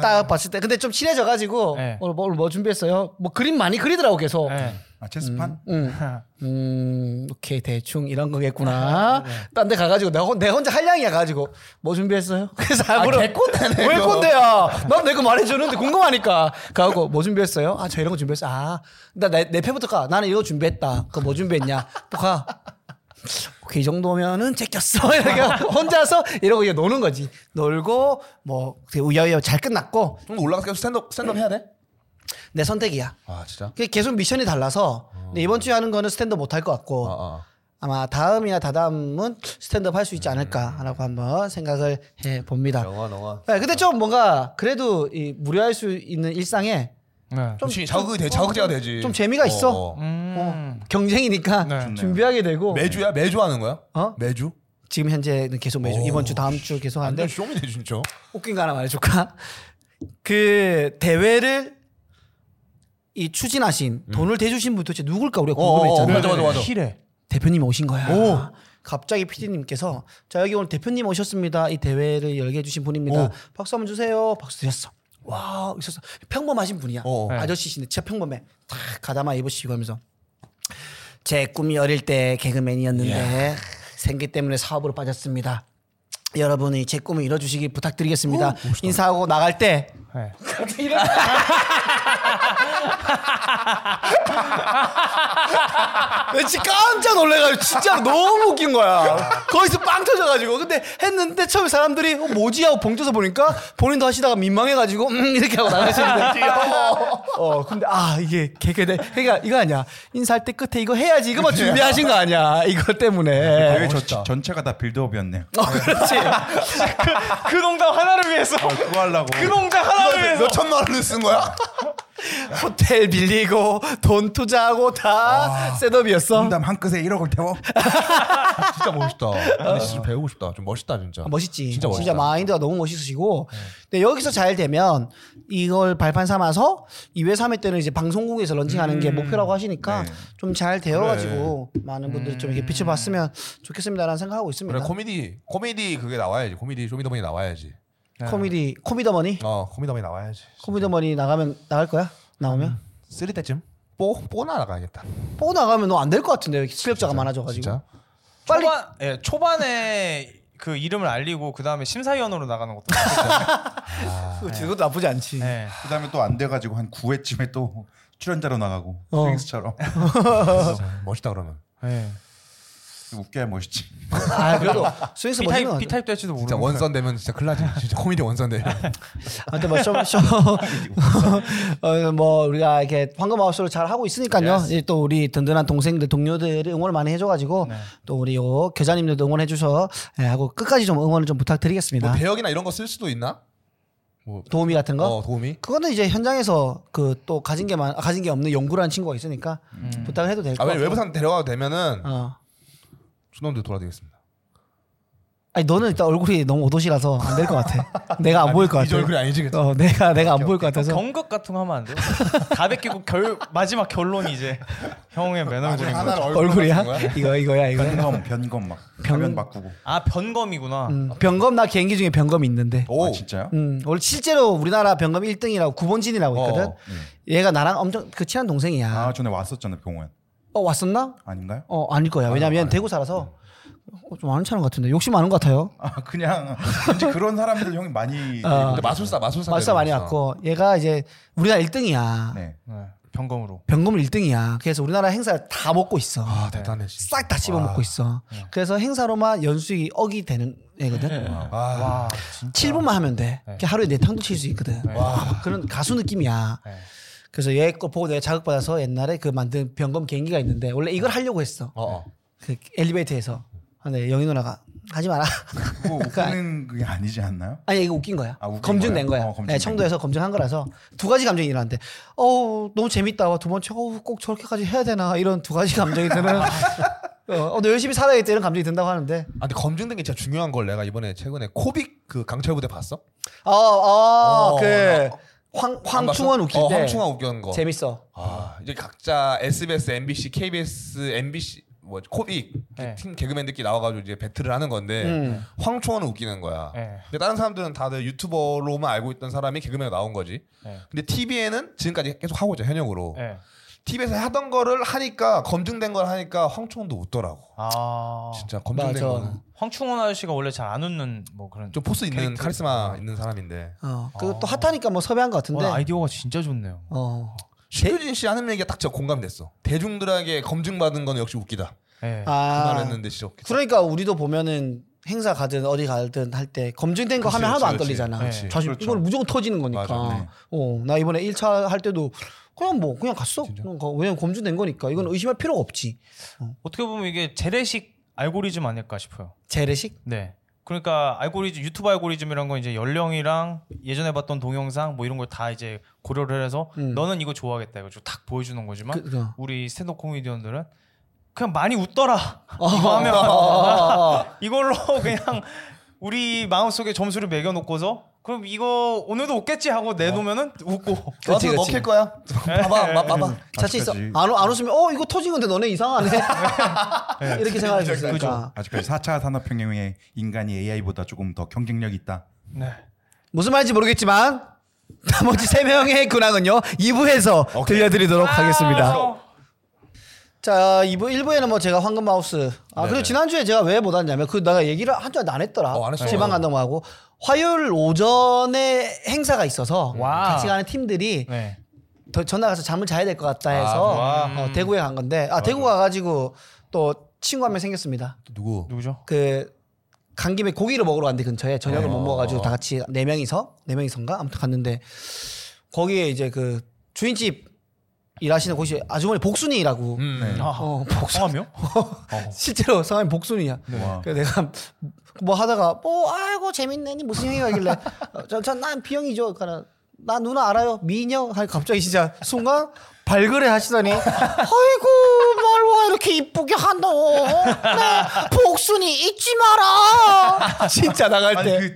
Speaker 1: 딱 봤을 때. 근데 좀 친해져가지고
Speaker 3: 네.
Speaker 1: 오늘 뭐, 오늘 뭐 준비했어요? 뭐 그림 많이 그리더라고 계속.
Speaker 3: 네.
Speaker 4: 아, 체스판?
Speaker 1: 음.
Speaker 3: 어.
Speaker 1: 음, 오케이 대충 이런 거겠구나. 딴 데 가가지고 내, 혼- 내 혼자 한량이야 가지고 뭐 준비했어요? 그래서 아무로 왜 꼰대야? 난 내가 말해주는데 궁금하니까 가고 뭐 준비했어요? 아 저 이런 거 준비했어. 아나내 내 패부터 가. 나는 이거 준비했다. 그거 뭐 준비했냐? 또 가. 오케이 이 정도면은 제꼈어 이렇게 하고 혼자서 이러고 이제 노는 거지. 놀고 뭐 되게 우여우여 잘 끝났고
Speaker 2: 좀 올라가서 계속 스탠드업 스탠드업 해야 돼.
Speaker 1: 내 선택이야.
Speaker 2: 아 진짜.
Speaker 1: 그게 계속 미션이 달라서 근데 이번 주에 하는 거는 스탠드 못 할 것 같고
Speaker 2: 아 아.
Speaker 1: 아마 다음이나 다다음은 스탠드업 할 수 있지 않을까라고 한번 생각을 해 봅니다.
Speaker 2: 영화 영화.
Speaker 1: 네, 근데 좀 뭔가 그래도 이 무료할 수 있는 일상에
Speaker 3: 네.
Speaker 1: 좀
Speaker 2: 그치, 자극이 돼 자극제가 되지.
Speaker 1: 좀 재미가 있어.
Speaker 2: 어.
Speaker 3: 음.
Speaker 1: 뭐 경쟁이니까
Speaker 3: 네.
Speaker 4: 좋네요.
Speaker 1: 준비하게 되고
Speaker 2: 매주야 매주 하는 거야?
Speaker 1: 어?
Speaker 2: 매주?
Speaker 1: 지금 현재는 계속 매주
Speaker 2: 오.
Speaker 1: 이번 주 다음 주 계속 하는데
Speaker 2: 완전 쇼미네 진짜.
Speaker 1: 웃긴 거 하나 말해줄까? 그 대회를 이 추진하신 돈을 대주신 분 도대체 누굴까 우리가
Speaker 2: 음. 어, 어,
Speaker 1: 궁금했잖아요.
Speaker 2: 맞아 맞아 맞아.
Speaker 3: 힐에.
Speaker 1: 대표님 오신 거야. 갑자기 PD님께서 자 여기 오늘 대표님 오셨습니다. 이 대회를 열게 해주신 분입니다. 박수 한번 주세요. 박수 드렸어. 와 있었어. 평범하신 분이야.
Speaker 2: 어.
Speaker 1: 아저씨신데 진짜 평범해. 탁 가다마 입으시고 하면서 제 꿈이 어릴 때 개그맨이었는데 생기 때문에 사업으로 빠졌습니다. 여러분이 제 꿈을 이뤄주시길 부탁드리겠습니다. 인사하고 나갈 때
Speaker 3: 네.
Speaker 1: 왠지 깜짝 놀래가지고 진짜 너무 웃긴 거야. 거기서 빵 터져가지고 근데 했는데 처음에 사람들이 어, 뭐지 하고 봉쳐서 보니까 본인도 하시다가 민망해가지고 음 이렇게 하고 나가시는데 어 근데 아 이게 개그네 그러니까 이거 아니야 인사할 때 끝에 이거 해야지 이거만 준비하신 거 아니야 이거 때문에
Speaker 4: 대회 저, 전체가 다 빌드업이었네요.
Speaker 1: 어 그렇지
Speaker 3: 그, 그 농담 하나를 위해서.
Speaker 4: 그거 하려고.
Speaker 3: 그 농담 하나를 위해서.
Speaker 2: 몇 천만 원을 쓴 거야?
Speaker 1: 호텔 빌리고 돈 투자하고 다 셋업이었어
Speaker 4: 농담 한 끝에 1억을 태워.
Speaker 2: 진짜 멋있다. 근데 진짜 배우고 싶다. 좀 멋있다 진짜.
Speaker 1: 아, 멋있지.
Speaker 2: 진짜
Speaker 1: 진짜,
Speaker 2: 멋있다. 네.
Speaker 1: 마인드가 너무 멋있으시고. 근데 여기서 잘 되면 이걸 발판 삼아서 2회 3회 때는 이제 방송국에서 런칭하는
Speaker 2: 음.
Speaker 1: 게 목표라고 하시니까
Speaker 2: 네.
Speaker 1: 좀 잘 되어가지고 많은 분들이 좀 이렇게 비춰봤으면 좋겠습니다라는 생각하고 있습니다.
Speaker 2: 음. 그래 코미디 코미디 그게 나와야지. 코미디 쇼미더머니 나와야지.
Speaker 1: 코미디 코미더머니
Speaker 2: 어 코미더머니 나와야지.
Speaker 1: 코미더머니 나가면 나갈 거야? 나오면?
Speaker 2: 쓰리 때쯤 뽀뽀 나가야겠다.
Speaker 1: 뽀 나가면 너 안 될 것 같은데 실력자가 많아져가지고.
Speaker 2: 진짜.
Speaker 1: 빨리-
Speaker 3: 초반, 예, 초반에 그 이름을 알리고 그 다음에 심사위원으로 나가는 것도.
Speaker 1: 그것도 나쁘지 않지.
Speaker 3: 네.
Speaker 4: 그다음에 또 안 돼가지고 한 9회쯤에 또 출연자로 나가고
Speaker 1: 어.
Speaker 4: 스윙스처럼
Speaker 2: 멋있다 그러면.
Speaker 3: 네.
Speaker 4: 웃겨야 멋있지.
Speaker 1: 아 그래도 스윙스 멋있는
Speaker 3: B타입,
Speaker 1: 것 같아.
Speaker 3: B타입 될지도
Speaker 2: 진짜
Speaker 3: 모르고.
Speaker 2: 원선 되면 진짜 큰일 나지. 진짜 코미디 원선 되면.
Speaker 1: 아무튼 뭐, 쇼, 쇼, 어, 뭐 우리가 이렇게 황금 마우스로 잘 하고 있으니까요. 이제 또 우리 든든한 동생들, 동료들이 응원을 많이 해줘가지고
Speaker 2: 네.
Speaker 1: 또 우리 요 계좌님들도 응원해주셔 예, 하고 끝까지 좀 응원을 좀 부탁드리겠습니다.
Speaker 2: 뭐 배역이나 이런 거 쓸 수도 있나? 뭐
Speaker 1: 도우미 같은 거.
Speaker 2: 어, 도움이?
Speaker 1: 그거는 이제 현장에서 그 또 가진 게많 아, 가진 게 없는 연구라는 친구가 있으니까 부탁을 해도 될 것
Speaker 2: 아,
Speaker 1: 같아.
Speaker 2: 왜냐면 외부산 데려가도 되면은
Speaker 1: 어.
Speaker 2: 준원도 돌아드리겠습니다.
Speaker 1: 아니 너는 일단 얼굴이 너무 오도시라서 안 될 것 같아. 내가 안 보일 것 같아.
Speaker 2: 이제 얼굴이 아니지, 그치?
Speaker 1: 어, 내가 내가 안 보일 것 같아서.
Speaker 3: 경극 같은 거 하면 안 돼요? 다 베끼고 결 마지막 결론이 이제 형의 매너들인 거죠.
Speaker 1: 얼굴이야? 이거 이거야 이거.
Speaker 4: 변검, 변검 막 가면 바꾸고.
Speaker 3: 아 변검이구나.
Speaker 1: 음, 병검 나 개인기 중에 병검이 있는데.
Speaker 2: 오.
Speaker 4: 아 진짜요?
Speaker 1: 음, 원래 실제로 우리나라 병검 1등이라고 구본진이라고 있거든.
Speaker 2: 어,
Speaker 1: 얘가 나랑 엄청 그 친한 동생이야.
Speaker 4: 아 전에 왔었잖아요 병원
Speaker 1: 어 왔었나?
Speaker 4: 아닌가요?
Speaker 1: 어 아닐 거야. 왜냐면 대구 살아서 어, 좀 아는 차는 같은데 욕심 많은 것 같아요.
Speaker 4: 아 그냥 왠지 그런 사람들 형이 많이
Speaker 1: 아.
Speaker 2: 근데 마술사 그렇죠. 마술사
Speaker 1: 말싸 많이
Speaker 2: 데려가고
Speaker 1: 왔고 얘가 이제 우리나라 1등이야.
Speaker 4: 네.
Speaker 3: 네, 변검으로.
Speaker 1: 병검을 1등이야. 그래서 우리나라 행사를 다 먹고 있어.
Speaker 2: 있어. 아 대단해 진짜.
Speaker 1: 싹 다 씹어 먹고 있어. 그래서 행사로만 연수익이 억이 되는 애거든.
Speaker 2: 아,
Speaker 3: 와 진짜.
Speaker 1: 7분만 하면 돼. 그게 하루에 네 탕도 칠 수 있거든. 그런 가수 느낌이야.
Speaker 3: 네.
Speaker 1: 그래서 얘 거 보고 내가 자극받아서 옛날에 그 만든 병검 개인기가 있는데 원래 이걸 하려고 했어.
Speaker 2: 어, 어.
Speaker 1: 그 엘리베이터에서. 아, 근데 영희 누나가 하지 마라.
Speaker 4: 그거 웃는 그게 아니지 않나요?
Speaker 1: 아니 이거 웃긴 거야.
Speaker 4: 아, 웃긴
Speaker 1: 검증된
Speaker 4: 거야?
Speaker 1: 거야.
Speaker 4: 어, 검증된
Speaker 1: 네, 청도에서 검증한 거라서 두 가지 감정이 일어났는데 어우 너무 재밌다. 와, 두 번째 어우 꼭 저렇게까지 해야 되나 이런 두 가지 감정이 드는 어, 어, 너 열심히 살아야겠다 이런 감정이 든다고 하는데
Speaker 2: 아 근데 검증된 게 진짜 중요한 걸 내가 이번에 최근에 코빅 그 강철 부대 봤어? 어,
Speaker 1: 아, 어어그
Speaker 2: 나- 안 봤어?
Speaker 1: 황충원 웃길
Speaker 2: 어,
Speaker 1: 때
Speaker 2: 황충원 웃기는 거.
Speaker 1: 재밌어.
Speaker 2: 아 이제 각자 SBS, MBC, KBS, MBC 뭐 코빅
Speaker 3: 네.
Speaker 2: 팀 개그맨들끼리 나와가지고 이제 배틀을 하는 건데
Speaker 1: 음.
Speaker 2: 황충원은 웃기는 거야.
Speaker 3: 네.
Speaker 2: 근데 다른 사람들은 다들 유튜버로만 알고 있던 사람이 개그맨으로 나온 거지.
Speaker 3: 네.
Speaker 2: 근데 TV에는 지금까지 계속 하고 있죠 현역으로.
Speaker 3: 네.
Speaker 2: TV에서 하던 거를 하니까 검증된 걸 하니까 황충원도 웃더라고.
Speaker 3: 아
Speaker 2: 진짜 검증된
Speaker 1: 맞아.
Speaker 2: 거는
Speaker 3: 황충원 아저씨가 원래 잘 안 웃는 뭐 그런.
Speaker 2: 좀 포스 있는
Speaker 3: 캐릭터.
Speaker 2: 카리스마 있는 사람인데
Speaker 1: 어, 그또 핫하니까 뭐 섭외한 것 같은데.
Speaker 3: 와, 아이디어가 진짜 좋네요.
Speaker 1: 어.
Speaker 2: 신효진 씨 하는 얘기가 딱 저 공감됐어. 대중들에게 검증받은 건 역시 웃기다.
Speaker 3: 네.
Speaker 2: 그말
Speaker 1: 아.
Speaker 2: 했는데 진짜 웃기다.
Speaker 1: 그러니까 우리도 보면은 행사 가든 어디 가든 할 때 검증된 거 하면 하나도 안 떨리잖아.
Speaker 2: 그렇지.
Speaker 1: 자신
Speaker 4: 그렇죠.
Speaker 1: 이건 무조건 터지는 거니까.
Speaker 2: 맞아, 네.
Speaker 1: 어, 나 이번에 1차 할 때도 그냥 뭐 그냥 갔어. 그냥 가. 왜냐면 검증된 거니까. 이건 의심할 필요가 없지.
Speaker 3: 어떻게 보면 이게 재래식 알고리즘 아닐까 싶어요.
Speaker 1: 재래식?
Speaker 3: 네. 그러니까 알고리즘 유튜브 알고리즘이란 건 이제 연령이랑 예전에 봤던 동영상 뭐 이런 걸 다 이제 고려를 해서
Speaker 1: 음.
Speaker 3: 너는 이거 좋아하겠다 이거 딱 보여주는 거지만
Speaker 1: 그- 그-
Speaker 3: 우리 스탠드 코미디언들은 그냥 많이 웃더라
Speaker 1: 어,
Speaker 3: 이거 하면
Speaker 1: 어,
Speaker 3: 아,
Speaker 1: 어, 어.
Speaker 3: 이걸로 그냥 우리 마음속에 점수를 매겨놓고서 그럼 이거 오늘도 웃겠지 하고 내놓으면은 웃고
Speaker 1: 그치,
Speaker 2: 나도
Speaker 1: 어, 그치.
Speaker 2: 먹힐 거야. 봐봐, 봐, 봐봐.
Speaker 1: 자신 있어.
Speaker 4: 아직까지.
Speaker 1: 안, 웃- 안 웃으면 어 이거 터진 건데 너네 이상하네. 이렇게 생각할 수 있으니까.
Speaker 4: 아직까지 4차 산업혁명에 인간이 AI보다 조금 더 경쟁력이 있다.
Speaker 3: 네.
Speaker 1: 무슨 말인지 모르겠지만
Speaker 3: 아, 그렇죠.
Speaker 1: 나머지 세 명의 근황은요 2부에서 들려드리도록 하겠습니다. 자, 2부 1부에는 뭐 제가 황금 마우스. 아, 그리고 지난주에 제가 왜 못 왔냐면 그 내가 얘기를 한 줄 안 했더라.
Speaker 2: 네. 어, 안 했어.
Speaker 1: 지방 간다고 하고 화요일 오전에 행사가 있어서
Speaker 3: 와.
Speaker 1: 같이 가는 팀들이
Speaker 3: 네.
Speaker 1: 더, 전화 가서 잠을 자야 될 것 같다 해서
Speaker 2: 아,
Speaker 1: 어, 대구에 간 건데
Speaker 2: 음.
Speaker 1: 아 대구 가가지고 또 친구 한 명 생겼습니다.
Speaker 2: 누구?
Speaker 3: 누구죠?
Speaker 1: 그 간 김에 고기를 먹으러 갔는데 근처에
Speaker 3: 네.
Speaker 1: 저녁을 못 먹어가지고 다 같이 네 명이서 네 명이선가 아무튼 갔는데 거기에 이제 그 주인집 일하시는 곳이 아주머니 복순이라고
Speaker 2: 음.
Speaker 3: 네.
Speaker 1: 어,
Speaker 3: 음. 아, 성함이요?
Speaker 1: 실제로 성함이 복순이야.
Speaker 4: 네.
Speaker 1: 그래서 내가 뭐 하다가 뭐 아이고 재밌네니 무슨 형이 하길래 어, 전난 비형이죠. 그러니까 나 누나 알아요 미녀. 하 갑자기 진짜 순간 발그레 하시더니 아이고 말와 이렇게 이쁘게 한다고 네, 복순이 잊지 마라. 진짜 나갈 때
Speaker 4: 아니 그,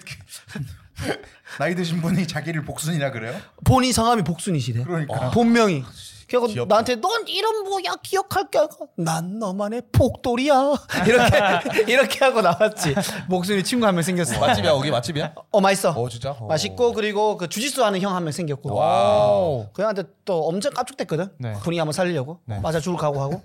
Speaker 4: 그 나이 드신 분이 자기를 복순이라 그래요?
Speaker 1: 본인 성함이 복순이시래.
Speaker 4: 그러니까.
Speaker 1: 본명이. 그래서 나한테 넌 이름 뭐야 기억할게 하고 난 너만의 복돌이야 이렇게 이렇게 하고 나왔지 목순이 친구 한 명 생겼어
Speaker 2: 맛집이야 거기 맛집이야?
Speaker 1: 어 맛있어
Speaker 2: 어 진짜? 어.
Speaker 1: 맛있고 그리고 그 주짓수 하는 형 한 명 생겼고
Speaker 2: 와우.
Speaker 1: 그 형한테 또 엄청 깝죽댔거든
Speaker 3: 네.
Speaker 1: 분위기 한번 살리려고 맞아 죽을 각오하고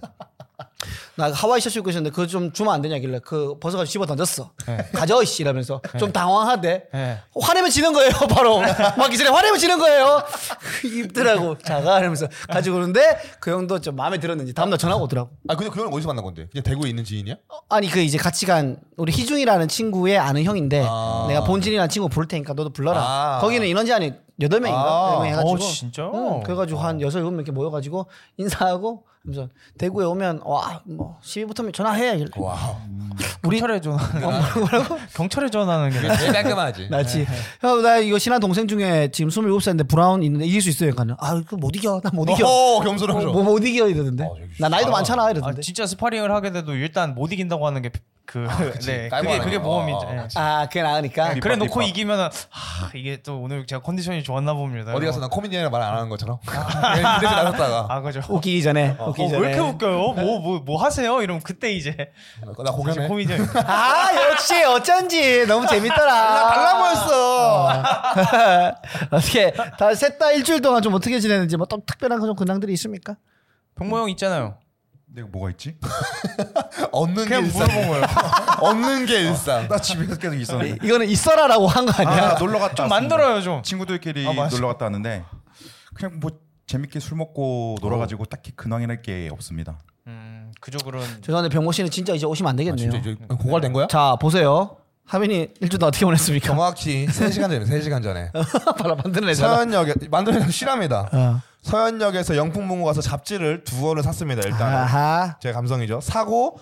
Speaker 1: 나 하와이 셔츠 입고 있었는데 그거 좀 주면 안 되냐길래 그 벗어가지고 집어 던졌어 가져 이씨 이러면서 좀 당황하대
Speaker 3: 네.
Speaker 1: 화내면 지는 거예요 바로 막 기전에 화내면 지는 거예요 입더라고 자가 이러면서 가지고 오는데 그 형도 좀 마음에 들었는지 다음날 전화가 오더라고
Speaker 2: 아 근데 그 형은 어디서 만난 건데? 그냥 대구에 있는 지인이야?
Speaker 1: 어, 아니 그 이제 같이 간 우리 희중이라는 친구의 아는 형인데
Speaker 2: 아.
Speaker 1: 내가 본진이라는 친구 부를 테니까 너도 불러라.
Speaker 2: 아.
Speaker 1: 거기는 인원제한이 여덟 명인가
Speaker 2: 아.
Speaker 1: 여덟 명 해가지고.
Speaker 3: 어, 진짜?
Speaker 1: 응, 그래가지고 한 여섯 일곱 명 이렇게 모여가지고 인사하고 그래서 대구에 오면 와뭐 12부터면 전화해.
Speaker 2: 와우.
Speaker 1: 우리
Speaker 3: 경찰에 어, 전화하는 아,
Speaker 1: 뭐라고?
Speaker 3: 경찰에 전화하는 게
Speaker 2: 제일 깔끔하지.
Speaker 3: 네.
Speaker 1: 나지. 형, 나 이거 친한 동생 중에 지금 27살인데 브라운 있는데 이길 수 있어요, 가는. 아, 그거 못 이겨. 나 못 이겨.
Speaker 2: 어, 겸손하죠.
Speaker 1: 뭐 못 이겨 이러던데. 나 나이도 많잖아
Speaker 3: 아,
Speaker 1: 이러던데.
Speaker 3: 진짜 스파링을 하게 돼도 일단 못 이긴다고 하는 게그 네. 그게
Speaker 2: 깔끔하네.
Speaker 3: 그게 모험이죠. 예.
Speaker 1: 아, 그게 나으니까.
Speaker 3: 그래 놓고
Speaker 4: 립밤.
Speaker 3: 이기면은 하, 이게 또 오늘 제가 컨디션이 좋았나 봅니다.
Speaker 2: 어디 가서 난 코미디언이라 말 안 하는 것처럼. 네, 그냥 이래서 나섰다가
Speaker 3: 뭐. 아, 그죠.
Speaker 1: 웃기기 전에. 웃기기
Speaker 3: 어,
Speaker 1: 전에.
Speaker 3: 왜 이렇게 웃겨요? 뭐 뭐 뭐 하세요? 이러면 그때 이제
Speaker 2: 나 공연해.
Speaker 3: 코미디
Speaker 1: 아 역시 어쩐지 너무 재밌더라. 달라 보였어. 어떻게 다셋다 일주일 동안 좀 어떻게 지냈는지 뭐 또 특별한 그런 근황들이 있습니까?
Speaker 3: 병모 형 있잖아요.
Speaker 4: 내가 뭐가 있지?
Speaker 2: 얻는 게
Speaker 3: 그냥
Speaker 2: 일상.
Speaker 3: 물어본 거예요.
Speaker 2: 얻는 게 일상.
Speaker 4: 나 집에서 계속 있었는데.
Speaker 1: 이거는 있어라라고 한 거 네. 아니야?
Speaker 4: 아, 놀러 갔다.
Speaker 3: 좀
Speaker 4: 왔습니다.
Speaker 3: 만들어요 좀.
Speaker 4: 친구들끼리
Speaker 3: 아, 맞아.
Speaker 4: 놀러 갔다 왔는데 그냥 뭐 재밌게 술 먹고 놀아가지고 딱히 근황이랄 게 없습니다.
Speaker 3: 음 그저 그런
Speaker 1: 죄송한데 병모 씨는 진짜 이제 오시면 안 되겠네요.
Speaker 2: 아, 진짜 이제 고갈된 거야?
Speaker 1: 자 보세요. 하민이 일주일 동안 어떻게 보냈습니까?
Speaker 2: 정확히 3시간 전에 3시간 전에
Speaker 1: 바로 만들어내잖아.
Speaker 2: 서현역에 만들어낸 실합니다.
Speaker 1: 어.
Speaker 2: 서현역에서 영풍문고 가서 잡지를 두 권을 샀습니다. 일단 은
Speaker 1: 아하.
Speaker 2: 제 감성이죠. 사고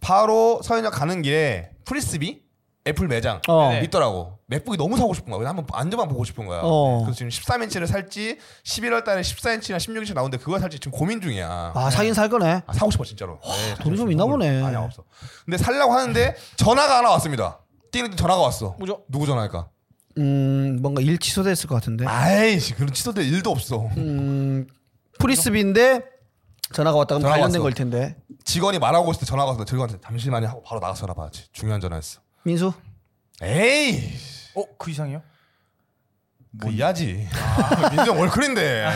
Speaker 2: 바로 서현역 가는 길에 프리스비 애플 매장
Speaker 1: 어.
Speaker 3: 네.
Speaker 2: 있더라고. 맥북이 너무 사고 싶은 거야. 그냥 한번 안전만 보고 싶은 거야.
Speaker 1: 어.
Speaker 2: 그래서 지금 13인치를 살지 11월 달에 14인치나 16인치 나오는데 그걸 살지 지금 고민 중이야.
Speaker 1: 아 사긴 살 거네.
Speaker 2: 아, 사고 싶어 진짜로. 네,
Speaker 1: 돈이 좀
Speaker 2: 사고
Speaker 1: 있나
Speaker 2: 싶어.
Speaker 1: 보네.
Speaker 2: 아니야 없어. 근데 살라고 하는데 전화가 하나 왔습니다. 뛰는데 전화가 왔어.
Speaker 3: 뭐죠?
Speaker 2: 누구 전화일까?
Speaker 1: 음 뭔가 일 취소됐을 것 같은데.
Speaker 2: 아이씨 그런 치솟될 일도 없어.
Speaker 1: 음 프리스비인데 전화가 왔다 그럼
Speaker 2: 전화가
Speaker 1: 관련된
Speaker 2: 왔어.
Speaker 1: 걸 텐데.
Speaker 2: 직원이 말하고 있을 때 전화가 와서 직원한테 잠시만요 하고 바로 나가서 전화 받았지. 중요한 전화였어.
Speaker 1: 민수.
Speaker 2: 에이
Speaker 3: 어그 이상이요?
Speaker 2: 그 이하지. 아, 민정 월클인데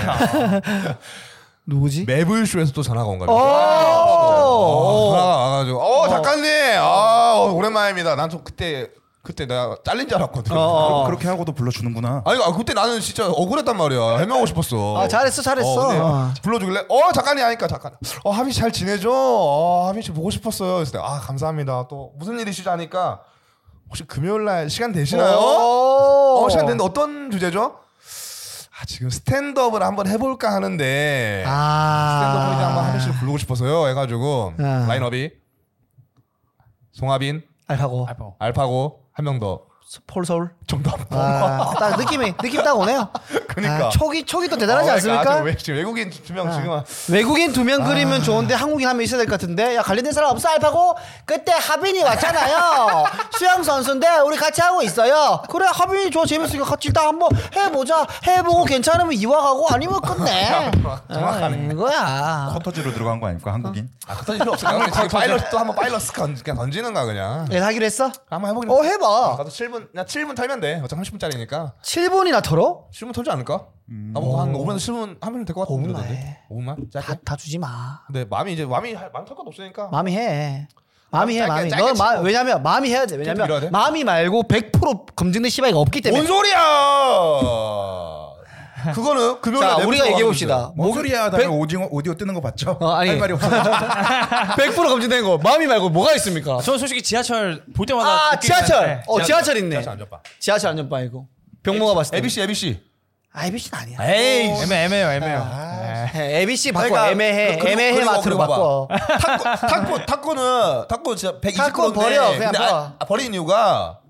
Speaker 1: 누구지?
Speaker 2: 매블쇼에서 또 전화가 온
Speaker 1: 오!
Speaker 2: 겁니다. 어, 전화가 와가지고 어 작가님 아 오랜만입니다. 난 좀 그때 그때 내가 잘린 줄 알았거든.
Speaker 1: 어.
Speaker 4: 그렇게 하고도 불러주는구나.
Speaker 2: 아. 아니 아, 그때 나는 진짜 억울했단 말이야 해명하고 싶었어.
Speaker 1: 아, 잘했어, 잘했어.
Speaker 2: 어, 근데
Speaker 1: 어.
Speaker 2: 불러주길래 어 작가님 하니까 작가. 어 하빈 씨 잘 지내죠. 어 하빈 씨 보고 싶었어요. 그래서 내가, 아 감사합니다. 또 무슨 일이시죠 하니까 혹시 금요일 날 시간 되시나요?
Speaker 1: 오.
Speaker 2: 어 시간 되는데 어떤 주제죠? 아 지금 스탠드업을 한번 해볼까 하는데
Speaker 1: 예.
Speaker 2: 스탠드업 코미디 한번 하빈 씨를 부르고 싶어서요. 해가지고
Speaker 1: 아.
Speaker 2: 라인업이 송하빈,
Speaker 1: 알파고.
Speaker 2: 뭐.
Speaker 3: 알파고.
Speaker 2: 알파고 한 명 더.
Speaker 1: 아,
Speaker 2: 어,
Speaker 1: 폴 서울.
Speaker 2: 정답.
Speaker 1: 아, 딱 느낌이 느낌 딱 오네요.
Speaker 2: 그러니까.
Speaker 1: 아, 초기 초기 또 대단하지 않습니까? 아.
Speaker 2: 외, 지금 외국인 두명 지금 한-
Speaker 1: 외국인 두 명 그리면 좋은데 한국인 한 명 있어야 될 것 같은데 야 관련된 사람 없어 알파고 그때 하빈이 왔잖아요 수영 선수인데 우리 같이 하고 있어요 그래 하빈이 좋아 재밌으니까 같이 일단 한번 해보자 해보고 괜찮으면 이왕하고 아니면 끝내 뭐, 정확하네 이거야
Speaker 4: 커터지로 들어간 거 아닙니까 한국인?
Speaker 2: 아, 그딴 필요 없어. 그냥 지금 파일럿 또 한번 파일럿 건 그냥 던지는 거야 그냥.
Speaker 1: 예 하기로 했어
Speaker 2: 한번 해보긴.
Speaker 1: 어
Speaker 2: 해.
Speaker 1: 해봐
Speaker 2: 나도 7분, 나 7분 털면 돼. 어차피 30분짜리니까.
Speaker 1: 7분이나 털어
Speaker 2: 7분 털지 않을 않을까? 나보고 한 5분에서 10분 하면 될 것 같은데.
Speaker 1: 5분만
Speaker 2: 그래도.
Speaker 1: 해.
Speaker 2: 5분만?
Speaker 1: 다,
Speaker 2: 짧게?
Speaker 1: 다 주지 마.
Speaker 2: 근데 마음이 이제 마음이 할- 마음 털것 없으니까.
Speaker 1: 마음이 해. 마음이 해,
Speaker 2: 짧게,
Speaker 1: 마음이.
Speaker 2: 짧게
Speaker 1: 너 마,
Speaker 2: 치고.
Speaker 1: 왜냐면 마음이 해야 돼.
Speaker 2: 밀어야 돼?
Speaker 1: 왜냐면 마음이 말고 100% 검증된 시바이가 없기
Speaker 2: 뭔
Speaker 1: 때문에.
Speaker 2: 소리야? 그거는 금요일
Speaker 1: 자,
Speaker 2: 날
Speaker 1: 우리가
Speaker 2: 내부터
Speaker 1: 얘기해
Speaker 2: 나가면
Speaker 1: 봅시다.
Speaker 4: 뭔 소리야? 다들
Speaker 1: 백-
Speaker 4: 뭐, 오징어 오디오 뜨는 거 봤죠?
Speaker 1: 어, 아니.
Speaker 4: 할 말이 없어.
Speaker 1: 100% 검증된 거. 마음이 말고 뭐가 있습니까?
Speaker 3: 저는 솔직히 지하철 볼 때마다
Speaker 1: 아,
Speaker 3: 느끼긴
Speaker 1: 지하철.
Speaker 3: 한데,
Speaker 1: 어, 지하철 있네.
Speaker 2: 되죠. 안전빵.
Speaker 1: 지하철 안전빵이고. 병모가 봤을 때.
Speaker 2: ABC ABC.
Speaker 1: 아, ABC는 아니야.
Speaker 2: 에이.
Speaker 3: 애매 애매요 애매요. 네.
Speaker 1: 해, ABC 바꿔
Speaker 2: 그러니까
Speaker 1: 애매해
Speaker 2: 그- 그리고-
Speaker 1: 애매해
Speaker 2: 그리고
Speaker 1: 마트로
Speaker 2: 그리고
Speaker 1: 바꿔
Speaker 2: 탁구 탁구 탁구는 탁구 진짜 120%인데
Speaker 1: 탁구는 버려, 그냥
Speaker 2: 아,
Speaker 1: 버려.
Speaker 2: 아, 버린 이유가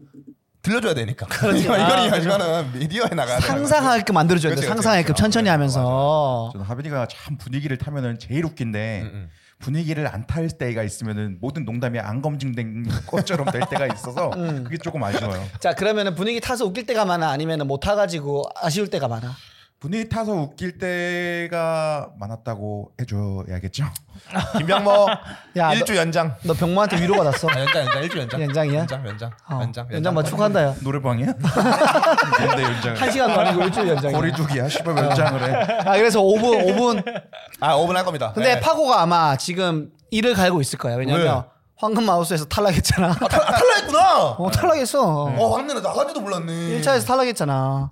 Speaker 2: 들려줘야 되니까. 그렇지. 이거는 이거는 미디어에 나가야 돼.
Speaker 1: 그렇죠. 아, 네. 상상하게끔 만들어줘야 돼
Speaker 2: 그 그렇지,
Speaker 1: 상상하게끔
Speaker 2: 그렇지.
Speaker 1: 천천히
Speaker 2: 아,
Speaker 1: 하면서
Speaker 4: 저는 하빈이가 참 분위기를 타면은 제일 웃긴데 분위기를 안 탈 때가 있으면은 모든 농담이 안 검증된 것처럼 될 때가 있어서 그게 조금 아쉬워요.
Speaker 1: 자 그러면은 분위기 타서 웃길 때가 많아 아니면은 못 타가지고 아쉬울 때가 많아
Speaker 4: 분위기 타서 웃길 때가 많았다고 해줘야겠죠.
Speaker 2: 김병모
Speaker 1: 야,
Speaker 2: 일주 연장.
Speaker 1: 너 병모한테 위로 받았어
Speaker 2: 아, 연장 연장 일주 연장.
Speaker 1: 연장이야?
Speaker 2: 연장 연장.
Speaker 1: 어.
Speaker 2: 연장.
Speaker 1: 연장 맞 축하한다 야
Speaker 4: 노래방이야?
Speaker 1: 한
Speaker 4: 뭔데 연장?
Speaker 1: 시간도 아니고 일주일 연장이야
Speaker 4: 거리 두기야. 씨발 왜 연장을 해?
Speaker 1: 아 그래서 5분 5분
Speaker 2: 아 5분 할 겁니다.
Speaker 1: 근데
Speaker 2: 네.
Speaker 1: 파고가 아마 지금 이를 갈고 있을 거야 왜냐면
Speaker 2: 왜?
Speaker 1: 황금 마우스에서 탈락했잖아
Speaker 2: 아, 탈- 아, 탈락했구나.
Speaker 1: 어 탈락했어
Speaker 2: 어 왔네 나간지도 몰랐네.
Speaker 1: 1차에서 탈락했잖아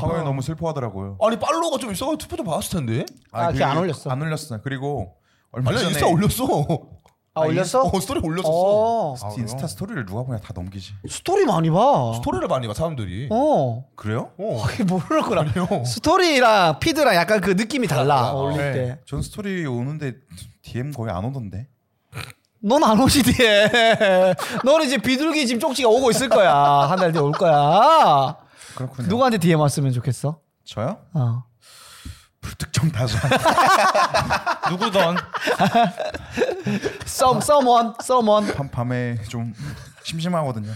Speaker 4: 상황이 너무 슬퍼하더라고요.
Speaker 2: 아니 팔로우가 좀 있어가지고 투표도 받았을 텐데.
Speaker 1: 아, 걔
Speaker 4: 그게
Speaker 1: 안 올렸어.
Speaker 4: 안 올렸어. 그리고 얼마
Speaker 2: 아니
Speaker 4: 전에
Speaker 2: 인스타 올렸어.
Speaker 1: 아 올렸어?
Speaker 2: 어 스토리 올렸었어.
Speaker 1: 어
Speaker 4: 아, 인스타 스토리를 누가 보냐 다 넘기지.
Speaker 1: 스토리 많이 봐
Speaker 2: 스토리를 많이 봐 사람들이.
Speaker 1: 어
Speaker 4: 그래요?
Speaker 2: 어.
Speaker 1: 그게 모르는구나.
Speaker 2: 아니요. 아, 네.
Speaker 1: 스토리랑 피드랑 약간 그 느낌이 달라.
Speaker 2: 달라.
Speaker 1: 올릴 때.
Speaker 4: 전 스토리 오는데 DM 거의 안 오던데.
Speaker 1: 넌 안 오지 뒤에. 너는 이제 비둘기 집 쪽지가 오고 있을 거야. 한 달 뒤에 올 거야.
Speaker 4: 그렇군요.
Speaker 2: 네.
Speaker 1: 누구한테 DM 왔으면 좋겠어?
Speaker 4: 저요?
Speaker 1: 어.
Speaker 4: 불특정 다수.
Speaker 3: 누구던
Speaker 1: Some someone someone.
Speaker 4: 밤 밤에 좀 심심하거든요.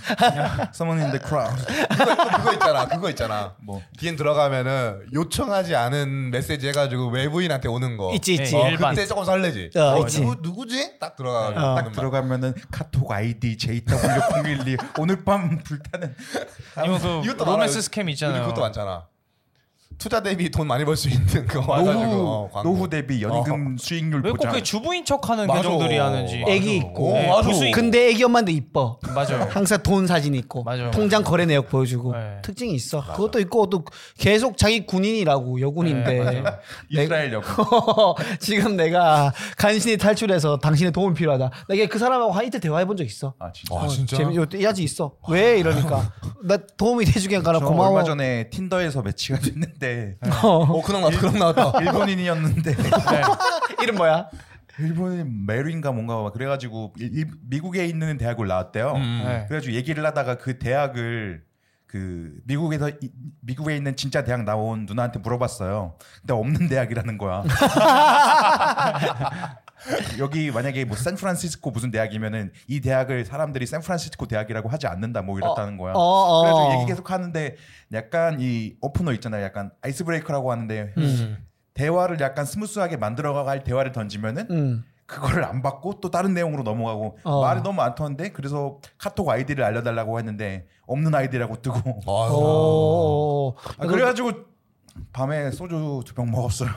Speaker 4: 서머니인데 크라우드.
Speaker 2: 그거, 그거 있잖아. 그거 있잖아.
Speaker 4: 뭐.
Speaker 2: DM 들어가면은 요청하지 않은 메시지 해가지고 외부인한테 오는 거.
Speaker 1: 있지 있지.
Speaker 2: 어,
Speaker 3: 일반.
Speaker 2: 그때 조금 설레지.
Speaker 1: 어,
Speaker 2: 어,
Speaker 1: 있지.
Speaker 2: 누구, 누구지? 딱 들어가면
Speaker 1: 어.
Speaker 2: 딱 들어가.
Speaker 4: 들어가면은 카톡 아이디 JW012 E 오늘 밤 불타는
Speaker 3: 아니면 그
Speaker 2: 이것도
Speaker 3: 로맨스
Speaker 2: 알아요.
Speaker 3: 스캠 있잖아요.
Speaker 2: 그것도 많잖아. 투자 대비 돈 많이 벌 수 있는 그거 와가지고
Speaker 4: 노후
Speaker 2: 어, 광고.
Speaker 4: 노후 대비 연금 수익률
Speaker 3: 왜 꼭
Speaker 4: 보장.
Speaker 3: 그게 주부인 척하는
Speaker 2: 맞아.
Speaker 3: 계정들이 하는지.
Speaker 2: 맞아.
Speaker 1: 애기 있고.
Speaker 2: 오,
Speaker 3: 네,
Speaker 2: 맞아.
Speaker 3: 보수 있고.
Speaker 1: 근데 애기 엄마인데 이뻐.
Speaker 3: 맞아요.
Speaker 1: 항상 돈 사진 있고
Speaker 3: 맞아요.
Speaker 1: 통장 거래 내역 보여주고
Speaker 3: 네.
Speaker 1: 특징이 있어. 그것도 있고 또 계속 자기 군인이라고 여군인데
Speaker 4: 이스라엘 여군.
Speaker 1: 지금 내가 간신히 탈출해서 당신의 도움이 필요하다. 내가 그 사람하고 한 이틀 대화해 본 적 있어.
Speaker 4: 아 진짜.
Speaker 2: 와 진짜.
Speaker 1: 재미 요야지 있어. 왜 이러니까 나 도움이 돼주긴 가나
Speaker 4: 저
Speaker 1: 고마워.
Speaker 4: 얼마 전에 틴더에서 매치가 됐는데
Speaker 1: 어.
Speaker 2: 어 그냥 나왔다. 그냥 나왔다.
Speaker 4: 일본인이었는데
Speaker 1: 이름 뭐야?
Speaker 4: 일본인 메리인가 뭔가 막 그래가지고 일- 일- 미국에 있는 대학을 나왔대요.
Speaker 3: 네.
Speaker 4: 그래가지고 얘기를 하다가 그 대학을 그 미국에서 이- 미국에 있는 진짜 대학 나온 누나한테 물어봤어요. 근데 없는 대학이라는 거야. 여기 만약에 뭐 샌프란시스코 무슨 대학이면은 이 대학을 사람들이 샌프란시스코 대학이라고 하지 않는다 뭐 이렇다는 거야.
Speaker 1: 어, 어.
Speaker 4: 그래서 얘기 계속 하는데 약간 이 오프너 있잖아요. 약간 아이스브레이커라고 하는데
Speaker 1: 음.
Speaker 4: 대화를 약간 스무스하게 만들어갈 대화를 던지면은
Speaker 1: 음.
Speaker 4: 그거를 안 받고 또 다른 내용으로 넘어가고
Speaker 1: 어.
Speaker 4: 말이 너무 많던데 그래서 카톡 아이디를 알려달라고 했는데 없는 아이디라고 뜨고
Speaker 2: 어.
Speaker 1: 어, 오.
Speaker 4: 아, 그래가지고 밤에 소주 두 병 먹었어요.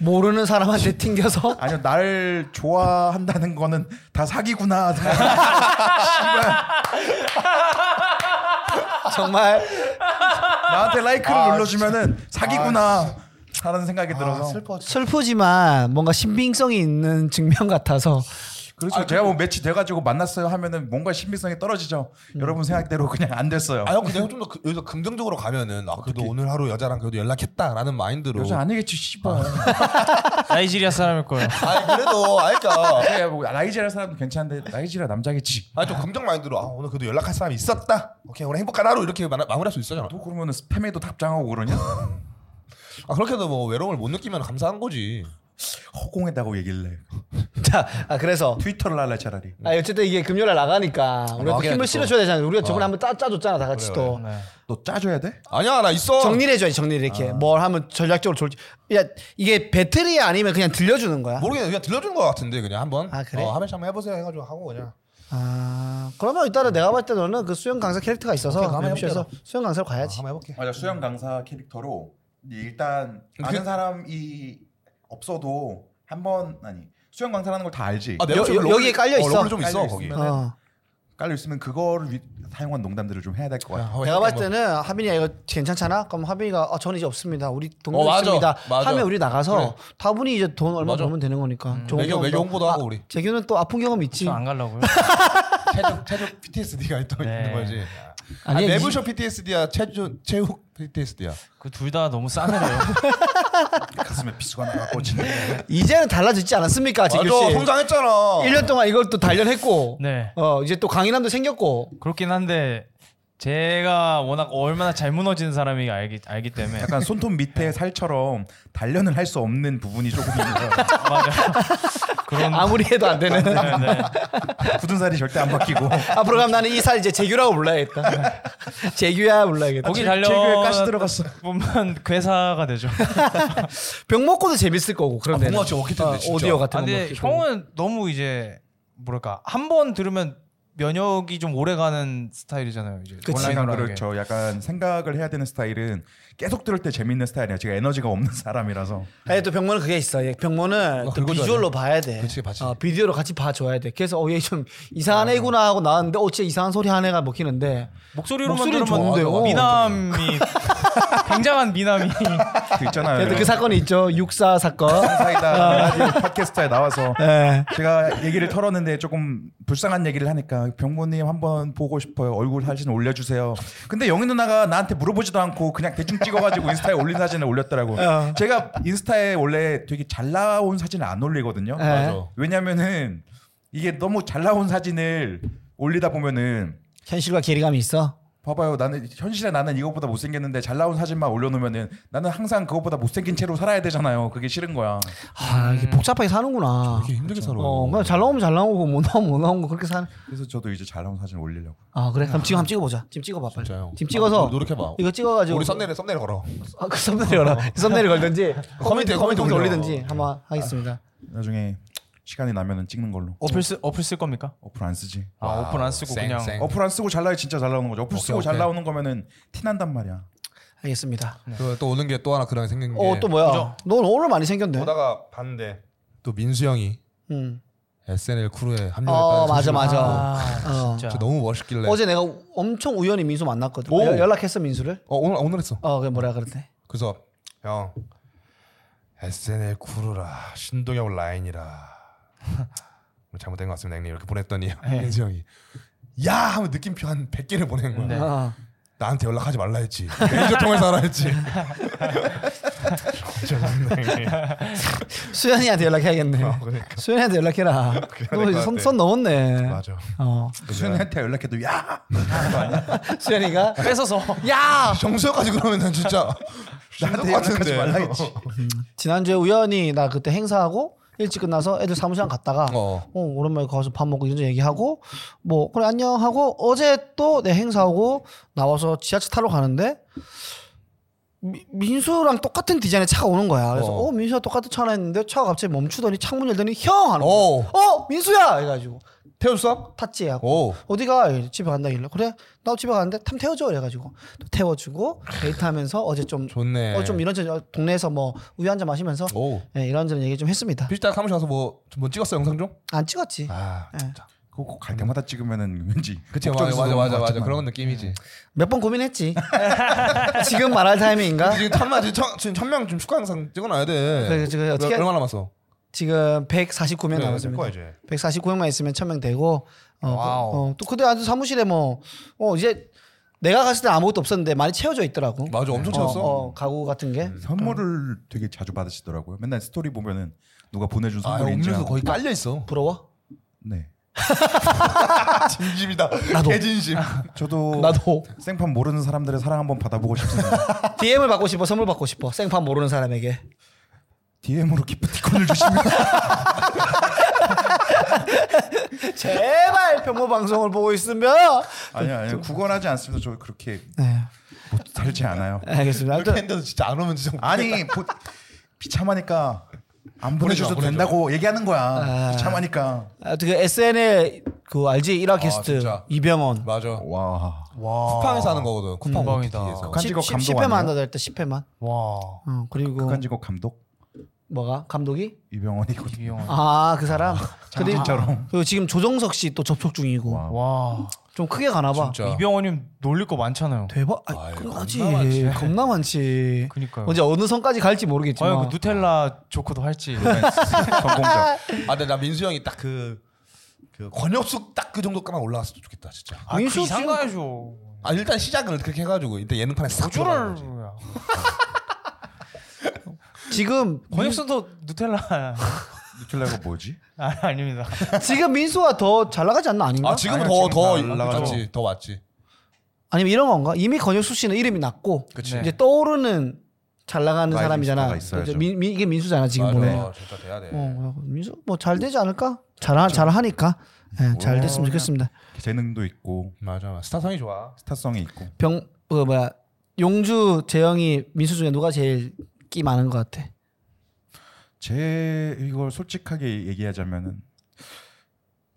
Speaker 1: 모르는 사람한테 튕겨서
Speaker 4: 아니요 날 좋아한다는 거는 다 사기구나.
Speaker 1: 정말
Speaker 4: 나한테 라이크를
Speaker 2: 아,
Speaker 4: 눌러주면은 사기구나 하는 생각이 들어서
Speaker 1: 슬프지만 뭔가 신빙성이 있는 증명 같아서
Speaker 4: 그렇죠. 제가 뭐 매치 돼가지고 만났어요 하면은 뭔가 신빙성이 떨어지죠. 여러분 생각대로 그냥 안 됐어요.
Speaker 2: 아형 근데 좀더 그, 여기서 긍정적으로 가면은 아 그래도 오늘 하루 여자랑 그래도 연락했다라는 마인드로.
Speaker 4: 요즘 아니겠지 씨발. 어.
Speaker 3: 나이지리아 사람일 거예요.
Speaker 2: 아니 그래도 아니까.
Speaker 4: 그래, 뭐 나이지리아 사람도 괜찮은데 나이지리아 남자겠지.
Speaker 2: 아좀 긍정 마인드로 아 오늘 그래도 연락할 사람이 있었다. 오케이 오늘 행복한 하루 이렇게 마, 마무리할 수 있었잖아.
Speaker 4: 또 그러면은 스팸에도 답장하고 그러냐?
Speaker 2: 아 그렇게도 뭐 외로움을 못 느끼면 감사한 거지.
Speaker 4: 허공에다고 얘기를 해.
Speaker 1: 자 아, 그래서
Speaker 4: 트위터를 할래 차라리.
Speaker 1: 아 어쨌든 이게 금요일날 나가니까 우리가 또
Speaker 2: 나가게
Speaker 1: 힘을
Speaker 2: 해야지,
Speaker 1: 실어줘야 되잖아. 우리가 저번에 한번 짜, 짜줬잖아 다 같이 또.
Speaker 3: 네.
Speaker 4: 너 짜줘야 돼?
Speaker 2: 아니야 나 있어.
Speaker 1: 정리를 해줘야지 정리를 이렇게
Speaker 5: 어.
Speaker 1: 뭘 하면 전략적으로 좋을지 야 이게 배틀이 아니면 그냥 들려주는 거야
Speaker 5: 뭐-
Speaker 2: 모르겠네 그냥 들려주는 것 같은데 그냥 한번.
Speaker 1: 아, 그래?
Speaker 2: 어, 하면서 한번 해보세요 해가지고 하고 그냥.
Speaker 1: 아 그러면 일단은 내가 봤을 때 너는 그 수영 강사 캐릭터가 있어서
Speaker 5: 한번
Speaker 1: MC에서 수영 강사로
Speaker 5: 아,
Speaker 1: 가야지.
Speaker 5: 한번 해볼게.
Speaker 4: 맞아 수영 강사 캐릭터로 일단 아는 사람이 없어도 한 번 아니 수영 강사라는 걸 다 알지.
Speaker 5: 아, 내
Speaker 1: 여-
Speaker 5: 옆에
Speaker 1: 여-
Speaker 5: 롤-
Speaker 1: 여기에 깔려
Speaker 5: 어,
Speaker 1: 있어.
Speaker 5: 롤이 좀 있어
Speaker 4: 깔려
Speaker 5: 거기.
Speaker 4: 있으면은
Speaker 1: 어.
Speaker 4: 깔려 있으면 그거를 위, 사용한 농담들을 좀 해야 될
Speaker 2: 어,
Speaker 4: 것
Speaker 5: 어,
Speaker 4: 같아.
Speaker 1: 내가 봤을 때는 하빈이야 이거 괜찮잖아. 그럼 하빈이가 아, 저는 이제 없습니다. 우리 동료
Speaker 5: 어, 맞아.
Speaker 1: 있습니다.
Speaker 5: 맞아.
Speaker 1: 하면 우리 나가서
Speaker 5: 그래.
Speaker 1: 다분히 이제 돈 얼마
Speaker 5: 맞아.
Speaker 1: 벌면 되는 거니까. 좋은
Speaker 5: 외교
Speaker 1: 경험도-
Speaker 5: 외교 홍보도
Speaker 1: 아,
Speaker 5: 하고 우리.
Speaker 1: 재규는 또 아픈 경험 있지.
Speaker 3: 저안 가려고요.
Speaker 2: 뭐 체육 체육 PTSD가 또
Speaker 3: 네.
Speaker 2: 있는 거지. 아,
Speaker 1: 아니,
Speaker 2: 내부쇼 PTSD야, 체육 체육 PTSD야.
Speaker 3: 그 둘 다 너무 싸늘해요.
Speaker 4: 가슴에 피수가 나가고 진짜.
Speaker 1: 이제는 아, 달라지지 않았습니까, 재규 씨?
Speaker 2: 성장했잖아.
Speaker 1: 1년 동안 이걸 또 단련했고.
Speaker 3: 네.
Speaker 1: 어 이제 또 강인함도 생겼고.
Speaker 3: 그렇긴 한데 제가 워낙 얼마나 잘 무너지는 사람이 알기 알기 때문에
Speaker 4: 약간 손톱 밑에 살처럼 단련을 할 수 없는 부분이 조금 있는 거야.
Speaker 3: 맞아요. 그런
Speaker 1: 아무리 해도 안 되는.
Speaker 3: 네, 네.
Speaker 4: 굳은 살이 절대 안 바뀌고.
Speaker 1: 앞으로 가면 나는 이 살 이제 재규라고 불러야겠다. 재규야 불러야겠다.
Speaker 3: 네. 거기
Speaker 4: 제규에
Speaker 3: 달려
Speaker 4: 가시 들어갔어.
Speaker 3: 보면 괴사가 되죠.
Speaker 1: 병 먹고도 재밌을 거고 그런
Speaker 5: 아,
Speaker 1: 데는.
Speaker 2: 먹었지, 먹기
Speaker 1: 어,
Speaker 2: 때문에 진짜.
Speaker 1: 오디오 같은
Speaker 3: 아,
Speaker 1: 거.
Speaker 3: 근데
Speaker 1: 먹기도.
Speaker 3: 형은 너무 이제 뭐랄까 한 번 들으면 면역이 좀 오래가는 스타일이잖아요. 이제
Speaker 1: 그치.
Speaker 4: 원래
Speaker 3: 온라인으로 하는 게.
Speaker 4: 그렇죠. 약간 생각을 해야 되는 스타일은 계속 들을 때 재밌는 스타일이야. 제가 에너지가 없는 사람이라서.
Speaker 1: 아니 또 병모는 그게 있어. 얘 병모는 또
Speaker 2: 긁어줘야
Speaker 1: 비주얼로 봐야 돼.
Speaker 2: 그치, 봐야지. 아.
Speaker 1: 어, 비디오로 같이 봐줘야 돼. 그래서 어얘좀 이상한 애구나 하고 나왔는데 어째 이상한 소리 한 애가 먹히는데
Speaker 2: 뭐,
Speaker 3: 목소리로만
Speaker 1: 목소리는
Speaker 3: 들으면 어,
Speaker 1: 좋은데요.
Speaker 3: 미남이 굉장한 미남이
Speaker 4: 그 있잖아요.
Speaker 1: 그래도 그 사건이 어. 있죠. 육사 사건.
Speaker 4: 사이다 라디오 팟캐스트에 나와서
Speaker 1: 예.
Speaker 4: 제가 얘기를 털었는데 조금 불쌍한 얘기를 하니까 병모님 한번 보고 싶어요. 얼굴 사진 올려주세요. 근데 영희 누나가 나한테 물어보지도 않고 그냥 대충 찍어가지고 인스타에 올린 사진을 올렸더라고.
Speaker 1: 어.
Speaker 4: 제가 인스타에 원래 되게 잘 나온 사진을 안 올리거든요.
Speaker 1: 예. 맞아.
Speaker 4: 왜냐면은 이게 너무 잘 나온 사진을 올리다 보면은
Speaker 1: 현실과 괴리감이 있어.
Speaker 4: 봐봐요. 나는 현실에 나는 이것보다 못생겼는데 잘 나온 사진만 올려놓으면은 나는 항상 그것보다 못생긴 채로 살아야 되잖아요. 그게 싫은 거야.
Speaker 1: 아 이게 복잡하게 사는구나.
Speaker 2: 음. 이게 힘들게 살아.
Speaker 1: 어 그냥 잘 나오면 잘 나오고 못 나오면 못 나온 거 그렇게 사는.
Speaker 4: 그래서 저도 이제 잘 나온 사진 올리려고.
Speaker 1: 아 그래 그럼 지금 한번 찍어보자. 지금 찍어봐 빨리.
Speaker 2: 진짜요.
Speaker 1: 지금 찍어서
Speaker 2: 아, 노력해봐.
Speaker 1: 이거 찍어가지고
Speaker 2: 우리 썸네일에 썸네일 걸어.
Speaker 1: 아, 그 썸네일을 썸네일 걸든지
Speaker 2: 커뮤니티에
Speaker 1: 커뮤니티
Speaker 2: 올려.
Speaker 1: 올리든지 한번 하겠습니다.
Speaker 4: 나중에 시간이 나면은 찍는 걸로.
Speaker 3: 어플 쓸 어플 쓸 겁니까?
Speaker 4: 어플 안 쓰지.
Speaker 3: 아 어플 안 쓰고
Speaker 2: 쌩,
Speaker 3: 그냥
Speaker 2: 쌩.
Speaker 4: 어플 안 쓰고 잘 나야 진짜 잘 나오는 거죠. 어플
Speaker 2: 네. 오케이,
Speaker 4: 쓰고 잘
Speaker 2: 오케이.
Speaker 4: 나오는 거면은 티 난단 말이야.
Speaker 1: 알겠습니다.
Speaker 2: 그또 오는 게 또 하나 예. 그런 게 생긴 게.
Speaker 1: 어 또 뭐야? 넌 오늘 많이 생겼네.
Speaker 2: 보다가 봤는데 또 민수 형이
Speaker 1: 음.
Speaker 2: SNL 크루에 합류했다는
Speaker 1: 어 맞아
Speaker 2: 소식을
Speaker 1: 맞아.
Speaker 2: 듣고
Speaker 1: 어.
Speaker 3: 진짜
Speaker 2: 진짜 너무 멋있길래.
Speaker 1: 어제 내가 엄청 우연히 민수 만났거든.
Speaker 2: 네. 오. 네.
Speaker 1: 여- 연락했어 민수를.
Speaker 2: 어, 오늘 오늘 했어.
Speaker 1: 어 그게 뭐라 그랬대.
Speaker 2: 그래서 형 SNL 구르라 신동엽 라인이라 뭐 잘못된 것 같습니다 형님 이렇게 보냈더니
Speaker 4: 네.
Speaker 2: 민수 형이 야 하면 느낌표 한 100개를 보낸 거야
Speaker 3: 네.
Speaker 1: 어.
Speaker 2: 나한테 연락하지 말라 했지 매니저 통해서 하라 했지 죄송합니다, 형님.
Speaker 1: 수현이한테 연락해야겠네.
Speaker 2: 어, 그러니까.
Speaker 1: 수현이한테 연락해라. 어,
Speaker 2: 될것
Speaker 1: 손,
Speaker 2: 같아.
Speaker 1: 손 넘었네.
Speaker 2: 맞아
Speaker 1: 어.
Speaker 4: 수현이한테 연락해도 야
Speaker 1: 수현이가
Speaker 3: 뺏어서
Speaker 1: 야
Speaker 2: 아, 정수혁까지 그러면 난 진짜
Speaker 4: 나한테 연락하지 말라 했지.
Speaker 1: 지난주에 우연히 나 그때 행사하고 일찍 끝나서 애들 사무실 갔다가
Speaker 2: 어.
Speaker 1: 어, 오랜만에 가서 밥 먹고 이런저런 얘기하고 뭐 그래 안녕 하고 어제 또 내 행사하고 나와서 지하철 타러 가는데 미- 민수랑 똑같은 디자인의 차가 오는 거야. 그래서 어,
Speaker 2: 어.
Speaker 1: 민수가 똑같은 차 하나 했는데 차가 갑자기 멈추더니 창문 열더니 형 하는 거야.
Speaker 2: 오.
Speaker 1: 어 민수야 해가지고
Speaker 2: 태우수학?
Speaker 1: 탔지 하고
Speaker 2: 오
Speaker 1: 어디가 이래, 집에 간다길래 그래 나 집에 가는데 탐 태워줘 그래가지고 또 태워주고 데이트하면서 어제 좀
Speaker 2: 좋네
Speaker 1: 어, 좀 이런저런 동네에서 뭐 우유 한잔 마시면서
Speaker 2: 오
Speaker 1: 예, 이런저런 얘기 좀 했습니다.
Speaker 2: 비슷하게 사무실 가서 뭐, 뭐 찍었어 영상 좀?
Speaker 1: 안 찍었지. 예.
Speaker 2: 아
Speaker 4: 그거 꼭갈 때마다 찍으면은 왠지.
Speaker 2: 그치 맞아
Speaker 4: 걱정스러운
Speaker 2: 맞아
Speaker 4: 것
Speaker 2: 맞아, 맞아
Speaker 4: 같지만.
Speaker 2: 그런 느낌이지
Speaker 1: 몇 번 고민했지. 지금 말할 타이밍인가?
Speaker 2: 지금 천만 지금 천- 지금 천명 지금 축하 영상 찍어놔야 돼.
Speaker 1: 아. 그래, 지금
Speaker 2: 얼-
Speaker 1: 어떻게-
Speaker 2: 얼마 남았어?
Speaker 1: 지금 149명
Speaker 2: 네,
Speaker 1: 남았습니다.
Speaker 2: 이제.
Speaker 1: 149명만 있으면 1000명 되고 어,
Speaker 2: 와우.
Speaker 1: 그, 어, 또 그때 아주 사무실에 뭐 어, 이제 내가 갔을 때 아무것도 없었는데 많이 채워져 있더라고.
Speaker 2: 맞아 엄청
Speaker 1: 어,
Speaker 2: 채웠어.
Speaker 1: 어, 가구 같은 게.
Speaker 4: 음. 선물을 되게 자주 받으시더라고요. 맨날 스토리 보면은 누가 보내준
Speaker 2: 아
Speaker 4: 선물인지.
Speaker 2: 음료수 거의 깔려 있어.
Speaker 1: 부러워?
Speaker 4: 네.
Speaker 2: 진심이다.
Speaker 1: 나도.
Speaker 2: 개진심.
Speaker 4: 저도
Speaker 1: 나도
Speaker 4: 생판 모르는 사람들의 사랑 한번 받아보고 싶습니다.
Speaker 1: DM을 받고 싶어. 선물 받고 싶어. 생판 모르는 사람에게.
Speaker 4: DM으로 기프티콘을 주시면
Speaker 1: 제발 평모 방송을 보고 있으면
Speaker 4: 아니요 아니요 구걸하지 않습니다. 저 그렇게
Speaker 1: 네.
Speaker 4: 못 살지 않아요.
Speaker 1: 알겠습니다.
Speaker 2: 이렇게
Speaker 1: 아무튼
Speaker 2: 했는데도 진짜 안 오면 진짜.
Speaker 4: 아니 보, 비참하니까 안
Speaker 2: 보내줘,
Speaker 4: 보내줘도
Speaker 2: 보내줘.
Speaker 4: 된다고 얘기하는 거야.
Speaker 1: 아.
Speaker 4: 비참하니까
Speaker 1: 어떻게 SNL 그 알지 일화 게스트
Speaker 2: 진짜.
Speaker 1: 이병헌
Speaker 2: 맞아.
Speaker 4: 와.
Speaker 2: 쿠팡에서 하는 거거든. 쿠팡
Speaker 3: 음. 대박이다.
Speaker 2: OTT에서.
Speaker 1: 십-
Speaker 4: 극한직업
Speaker 1: 십-
Speaker 4: 감독
Speaker 1: 10회만
Speaker 4: 아니야?
Speaker 1: 한다 할때 10회만
Speaker 3: 와.
Speaker 1: 응, 그리고
Speaker 4: 극한직업 감독
Speaker 1: 뭐가 감독이
Speaker 4: 이병헌이거든.
Speaker 3: 이병헌.
Speaker 1: 아 그 사람 그리고-
Speaker 4: 장진처럼.
Speaker 1: 그리고 지금 조정석 씨 또 접촉 중이고
Speaker 4: 와.
Speaker 3: 와.
Speaker 1: 좀 크게 가나 봐
Speaker 2: 진짜.
Speaker 3: 아, 이병헌님 놀릴 거 많잖아요.
Speaker 1: 대박 아이,
Speaker 2: 아이,
Speaker 1: 그러지
Speaker 2: 겁나 많지.
Speaker 1: 겁나 많지
Speaker 3: 그니까요.
Speaker 1: 언제 어느 선까지 갈지 모르겠지만
Speaker 3: 아유 그 누텔라 조커도 할지.
Speaker 2: 네.
Speaker 4: 성공적.
Speaker 2: 아, 근데 나 민수 형이 딱 그 그 권혁숙 딱 그 정도까만 올라갔으면 좋겠다, 진짜.
Speaker 3: 아, 그
Speaker 1: 민수
Speaker 3: 이상
Speaker 1: 씨는-
Speaker 3: 가야죠.
Speaker 2: 아, 일단 시작을 그렇게 해가지고 일단 예능판에 싹
Speaker 3: 우주를.
Speaker 2: 들어가는 거지.
Speaker 1: 지금
Speaker 3: 권혁수도 누텔라.
Speaker 4: 뉴틀라가 뭐지?
Speaker 3: 아, 아닙니다.
Speaker 1: 지금 민수가 더 잘 나가지 않나 아닌가?
Speaker 2: 아, 지금은
Speaker 4: 아니야,
Speaker 2: 더,
Speaker 4: 지금
Speaker 2: 더,
Speaker 4: 다 올라가죠.
Speaker 2: 맞지. 더 맞지.
Speaker 1: 아니면 이런 건가? 이미 권혁수 씨는 이름이 났고
Speaker 2: 그치.
Speaker 3: 네.
Speaker 1: 이제 떠오르는 잘 나가는
Speaker 4: 라이징 스타가
Speaker 1: 사람이잖아.
Speaker 4: 있어야죠.
Speaker 1: 이제 민- 민- 이게 민수잖아 지금
Speaker 2: 맞아.
Speaker 1: 보면.
Speaker 2: 진짜 돼야 돼.
Speaker 1: 어, 민수 뭐 잘 되지 않을까? 잘 잘하니까 예, 잘 됐으면 좋겠습니다.
Speaker 4: 재능도 있고
Speaker 2: 맞아. 맞아. 스타성이 좋아.
Speaker 4: 스타성이 있고.
Speaker 1: 병 어, 뭐야 용주 재영이 민수 중에 누가 제일 끼 많은 것 같아?
Speaker 4: 제 이걸 솔직하게 얘기하자면은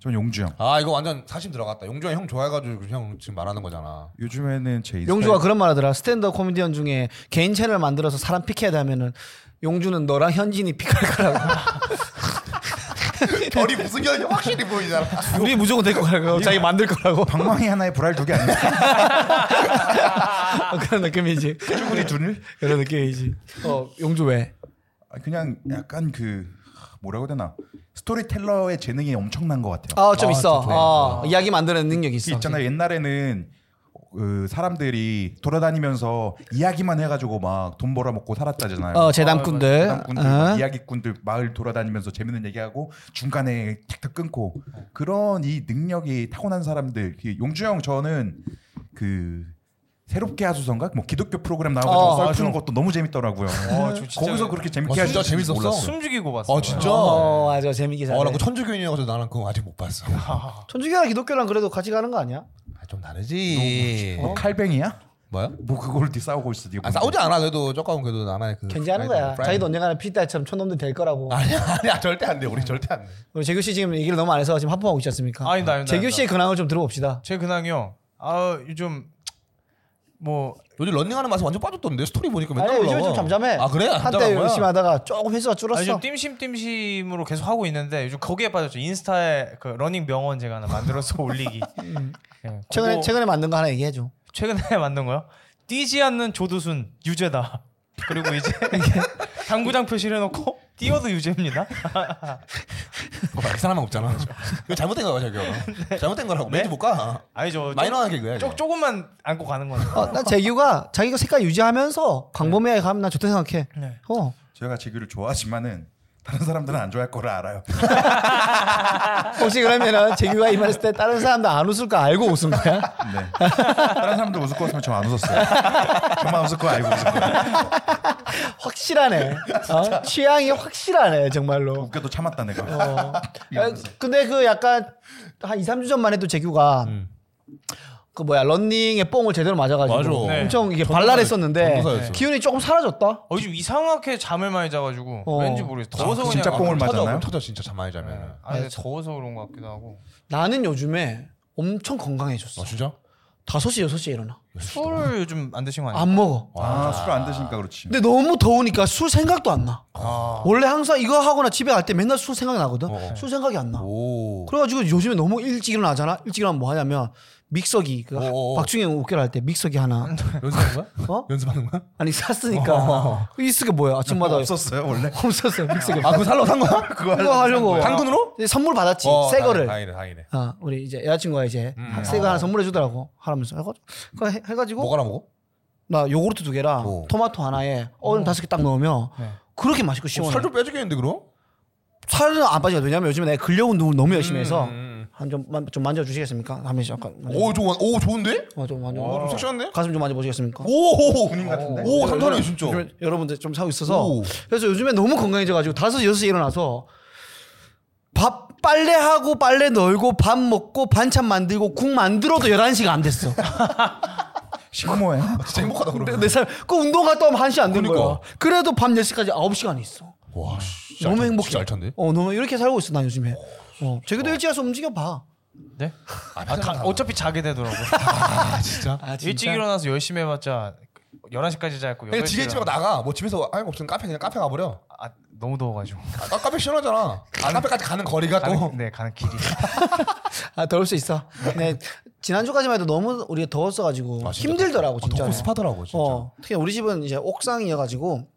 Speaker 4: 전 용주 형.
Speaker 2: 아, 이거 완전 사심 들어갔다. 용주 형형 좋아해가지고 형 지금 말하는 거잖아.
Speaker 4: 요즘에는 제 인스타에
Speaker 1: 용주가 그런 말하더라. 스탠드업 코미디언 중에 개인 채널 만들어서 사람 픽해야 되면은 용주는 너랑 현진이 픽할 거라고.
Speaker 2: 결이 무슨 결이 확실히 보이잖아.
Speaker 1: 우리 무조건 될 거라고. 자기 만들 거라고.
Speaker 4: 방망이 하나에 불알 두개 아니야?
Speaker 1: 뭐 그런 느낌이지.
Speaker 4: 쭈구리 둘을?
Speaker 1: 그런 느낌이지. 어 용주 왜?
Speaker 4: 아, 그냥 약간 그 뭐라고 해야 되나 스토리텔러의 재능이 엄청난 것 같아요.
Speaker 1: 아 좀 있어.
Speaker 2: 좋네.
Speaker 1: 어, 이야기 만드는 능력이
Speaker 4: 그
Speaker 1: 있어.
Speaker 4: 있잖아요 옛날에는 그 사람들이 돌아다니면서 이야기만 해가지고 막 돈 벌어먹고 살았다잖아요.
Speaker 1: 어 재단꾼들.
Speaker 4: 사람꾼들,
Speaker 1: 어.
Speaker 4: 막 이야기꾼들 마을 돌아다니면서 재밌는 얘기하고 중간에 탁탁 끊고 그런 이 능력이 타고난 사람들 그 용주 형 저는 그 새롭게 하소서인가 뭐 기독교 프로그램 나오고
Speaker 1: 어,
Speaker 4: 썰
Speaker 1: 맞아.
Speaker 4: 푸는 것도 너무 재밌더라고요.
Speaker 3: 와, 저 진짜-
Speaker 4: 거기서 그렇게 재밌게
Speaker 2: 와, 진짜
Speaker 4: 하실 줄
Speaker 2: 재밌었어?
Speaker 4: 몰랐어요.
Speaker 3: 숨죽이고 봤어.
Speaker 2: 아, 진짜?
Speaker 1: 어 맞아 재밌게 잘.
Speaker 2: 어,
Speaker 1: 어,
Speaker 2: 나 그 천주교인이어서 나는 그거 아직 못 봤어. 아,
Speaker 1: 천주교랑 기독교랑 그래도 같이 가는 거 아니야?
Speaker 2: 좀 다르지.
Speaker 3: 어?
Speaker 2: 어?
Speaker 4: 뭐 칼뱅이야?
Speaker 2: 뭐야?
Speaker 4: 뭐 그걸 뒤 싸우고 있어.
Speaker 2: 아, 싸우지 않아. 그래도 조금 그래도 나만의 그
Speaker 1: 음. 견제하는 거야.
Speaker 2: 프라이드.
Speaker 1: 자기도 언젠가는 피디딸처럼 촌놈들 될 거라고.
Speaker 2: 아니야, 아니야. 절대 안 돼. 우리 절대 안 돼.
Speaker 1: 우리 재규 씨 지금 얘기를 너무 안 해서 지금 하품하고 있지 않습니까?
Speaker 3: 아니, 나, 나,
Speaker 1: 재규
Speaker 3: 나.
Speaker 1: 씨의 근황을 좀 들어봅시다.
Speaker 3: 제 근황이요. 아 요즘 뭐
Speaker 2: 요즘 런닝하는 맛에 완전 빠졌던데 스토리 보니까 맨날
Speaker 1: 아니
Speaker 2: 올라와.
Speaker 1: 요즘에 좀 잠잠해.
Speaker 2: 아, 그래? 안
Speaker 1: 한때
Speaker 2: 따라간 거야?
Speaker 1: 열심히 하다가 조금 횟수가
Speaker 3: 아니,
Speaker 1: 줄었어.
Speaker 3: 좀 띨심띨심으로 계속 하고 있는데 요즘 거기에 빠졌죠. 인스타에 그 러닝 명언 제가 하나 만들어서 올리기. 예,
Speaker 1: 최근에
Speaker 3: 그거
Speaker 1: 최근에 만든 거 하나 얘기해 줘.
Speaker 3: 최근에 만든 거요. 뛰지 않는 조두순 유죄다. 그리고 이제 당구장 표시를 해놓고 뛰어도 유죄입니다.
Speaker 2: 봐봐, 그 사람은 없잖아.
Speaker 1: 네.
Speaker 2: 이거 잘못된 거야, 자기가. 잘못된 거라고. 왠지 못 가.
Speaker 4: 어,
Speaker 3: 아니죠.
Speaker 2: 마이너한 개그야.
Speaker 3: 조,
Speaker 2: 이거.
Speaker 3: 조금만 안고 가는 건데.
Speaker 1: 어, 난 재규가 자기가 색깔 유지하면서 광범위하게 가면 난 좋다 생각해.
Speaker 3: 네.
Speaker 1: 어.
Speaker 4: 제가 지규를 좋아하지만은 다른 사람들은 안 좋아할 거를 알아요.
Speaker 1: 혹시 그러면은 재규가 이 말했을 때 다른 사람도 안 웃을 거 알고 웃은 거야?
Speaker 4: 네. 다른 사람들 웃을 거 같으면 저 안 웃었어요. 저만 웃을 거 알고 웃을 거예요.
Speaker 1: 확실하네. 어? 취향이 확실하네 정말로.
Speaker 4: 웃겨도 참았다 내가.
Speaker 1: 어. 아, 근데 그 약간 한 2, 3주 전만 해도 재규가
Speaker 2: 음.
Speaker 1: 그 뭐야 런닝에 뽕을 제대로 맞아가지고
Speaker 2: 맞아. 네.
Speaker 1: 엄청 이게 발랄했었는데
Speaker 2: 전도사였어.
Speaker 1: 기운이 조금 사라졌다.
Speaker 3: 어, 요즘 이상하게 잠을 많이 자가지고
Speaker 1: 어.
Speaker 3: 왠지 모르겠어. 더워서 그냥
Speaker 4: 진짜 뽕을
Speaker 2: 터져,
Speaker 4: 맞았나요?
Speaker 2: 터져 진짜 잠 많이 자면.
Speaker 1: 네.
Speaker 3: 아 근데 더워서 그런 것 같기도 하고
Speaker 1: 나는 요즘에 엄청
Speaker 2: 아,
Speaker 1: 건강해졌어.
Speaker 2: 진짜?
Speaker 1: 5시 6시에 일어나.
Speaker 3: 술 요즘 안 드신 거 아니에요?
Speaker 1: 안 먹어.
Speaker 4: 아, 술을 안 드시니까 그렇지.
Speaker 1: 근데 너무 더우니까 술 생각도 안 나.
Speaker 2: 아.
Speaker 1: 원래 항상 이거 하거나 집에 갈 때 맨날 술 생각 나거든.
Speaker 2: 어.
Speaker 1: 술 생각이 안 나.
Speaker 2: 오.
Speaker 1: 그래가지고 요즘에 너무 일찍 일어나잖아. 일찍 일어나면 뭐 하냐면 믹서기 그
Speaker 2: 오.
Speaker 1: 박중영 웃겨라 할 때 믹서기 하나.
Speaker 2: 어, 연습하는 거야?
Speaker 1: 어?
Speaker 2: 연습하는 거야? 어,
Speaker 1: 아니 샀으니까 그 있을 게 뭐야? 아침마다
Speaker 4: 없었어요 원래.
Speaker 1: 없었어요. 믹서기.
Speaker 2: 아, 그거 살러 산 거야?
Speaker 4: 그거
Speaker 1: 이거 하려고
Speaker 2: 당근으로?
Speaker 1: 이제 선물 받았지.
Speaker 2: 어,
Speaker 1: 새 거를.
Speaker 2: 다행이네, 다행이네.
Speaker 1: 아, 우리 이제 여자친구가 이제 새 거 하나 선물해 주더라고 하라면서 해가지고 그거 해- 해가지고
Speaker 2: 어. 뭐가라 어. 먹어?
Speaker 1: 나 요구르트 두 개랑
Speaker 2: 오.
Speaker 1: 토마토 하나에 얼음 다섯 개 딱 넣으면 그렇게 맛있고 시원해.
Speaker 2: 어. 네. 살좀 빼주겠는데 그럼?
Speaker 1: 살은 안 빠지고 왜냐면 요즘에 내가 근력 운동을 너무 열심히 해서
Speaker 2: 음. 어,
Speaker 1: 한좀 좀 만져주시겠습니까? 한번 잠깐 만져-
Speaker 2: 오, 좋아. 오, 좋은데?
Speaker 1: 네. 어, 좀 만져
Speaker 2: 오, 좀 섹시한데?
Speaker 1: 가슴 좀 만져보시겠습니까?
Speaker 2: 오,
Speaker 4: 군인 같은데?
Speaker 2: 오, 탄탄해 진짜.
Speaker 1: 요즘 여러분들 좀 사고 있어서
Speaker 2: 오.
Speaker 1: 그래서 요즘에 너무 건강해져가지고 다섯 여섯 시에 일어나서 밥 빨래하고 빨래 널고 밥 먹고 반찬 만들고 국 만들어도 11시가 안 됐어.
Speaker 4: 식모야.
Speaker 2: 진짜 행복하다 그러면.
Speaker 1: 내 삶, 그 운동 갔다 오면 1시 안 된
Speaker 2: 그러니까.
Speaker 1: 거야. 그래도 밤 10시까지 9시간 있어.
Speaker 2: 와, 씨,
Speaker 1: 너무
Speaker 2: 알찬-
Speaker 1: 행복해.
Speaker 2: 진짜 알찬데? 어.
Speaker 1: 어, 너무 이렇게 살고 있어, 나 요즘에. 어, 제주도 일찍 가서 움직여봐.
Speaker 3: 네? 아, 다- 어차피 자게 되더라고.
Speaker 2: 진짜.
Speaker 1: 아, 진짜?
Speaker 3: 일찍 일어나서 열심히 해봤자 11시까지 자고
Speaker 2: 그냥
Speaker 3: 8시
Speaker 2: 지게 집에 나가. 뭐 집에서 아예 없으면 카페 그냥 카페 가버려.
Speaker 3: 아, 너무 더워가지고.
Speaker 2: 아, 카페 시원하잖아. 아, 카페까지 가는 거리가 또.
Speaker 3: 가는, 네, 가는 길이.
Speaker 1: 아 더울 수 있어. 네 지난주까지만 해도 너무 우리가 더웠어가지고 힘들더라고 진짜.
Speaker 2: 덥고 아, 습하더라고 진짜.
Speaker 1: 어, 특히 우리 집은 이제 옥상이어가지고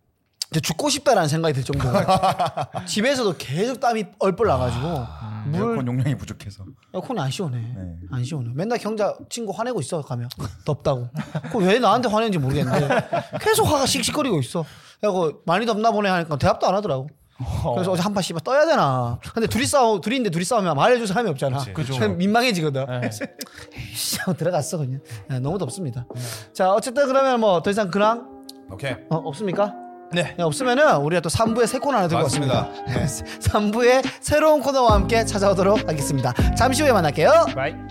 Speaker 1: 이제 죽고 싶다라는 생각이 들 정도로 집에서도 계속 땀이 얼뻘 나가지고 물
Speaker 4: 에어컨 용량이 부족해서.
Speaker 1: 에어컨 안 시원해.
Speaker 4: 음. 네.
Speaker 1: 안 시원해. 맨날 경자 친구 화내고 있어 가면 덥다고. 그왜 나한테 화내는지 모르겠는데 계속 화가 씩씩거리고 있어. 그래서 많이 덥나 보네 하니까 대답도 안 하더라고. 그래서 어제 한판 씨발 떠야 되나. 근데 둘이 싸우 둘이인데 둘이 싸우면 말해줄 사람이 없잖아.
Speaker 3: 그죠.
Speaker 1: 그냥 민망해지거든.
Speaker 3: 네.
Speaker 1: 씨 하고 들어갔어 그냥. 네, 너무 덥습니다. 자 어쨌든 그러면 뭐 더 이상 근황
Speaker 2: 오케이.
Speaker 1: 어, 없습니까?
Speaker 3: 네.
Speaker 1: 없으면은 우리가 또 3부에 새 코너 하나 들고 왔습니다.
Speaker 2: 맞습니다.
Speaker 1: 3부에 새로운 코너와 함께 찾아오도록 하겠습니다. 잠시 후에 만날게요.
Speaker 3: 바이.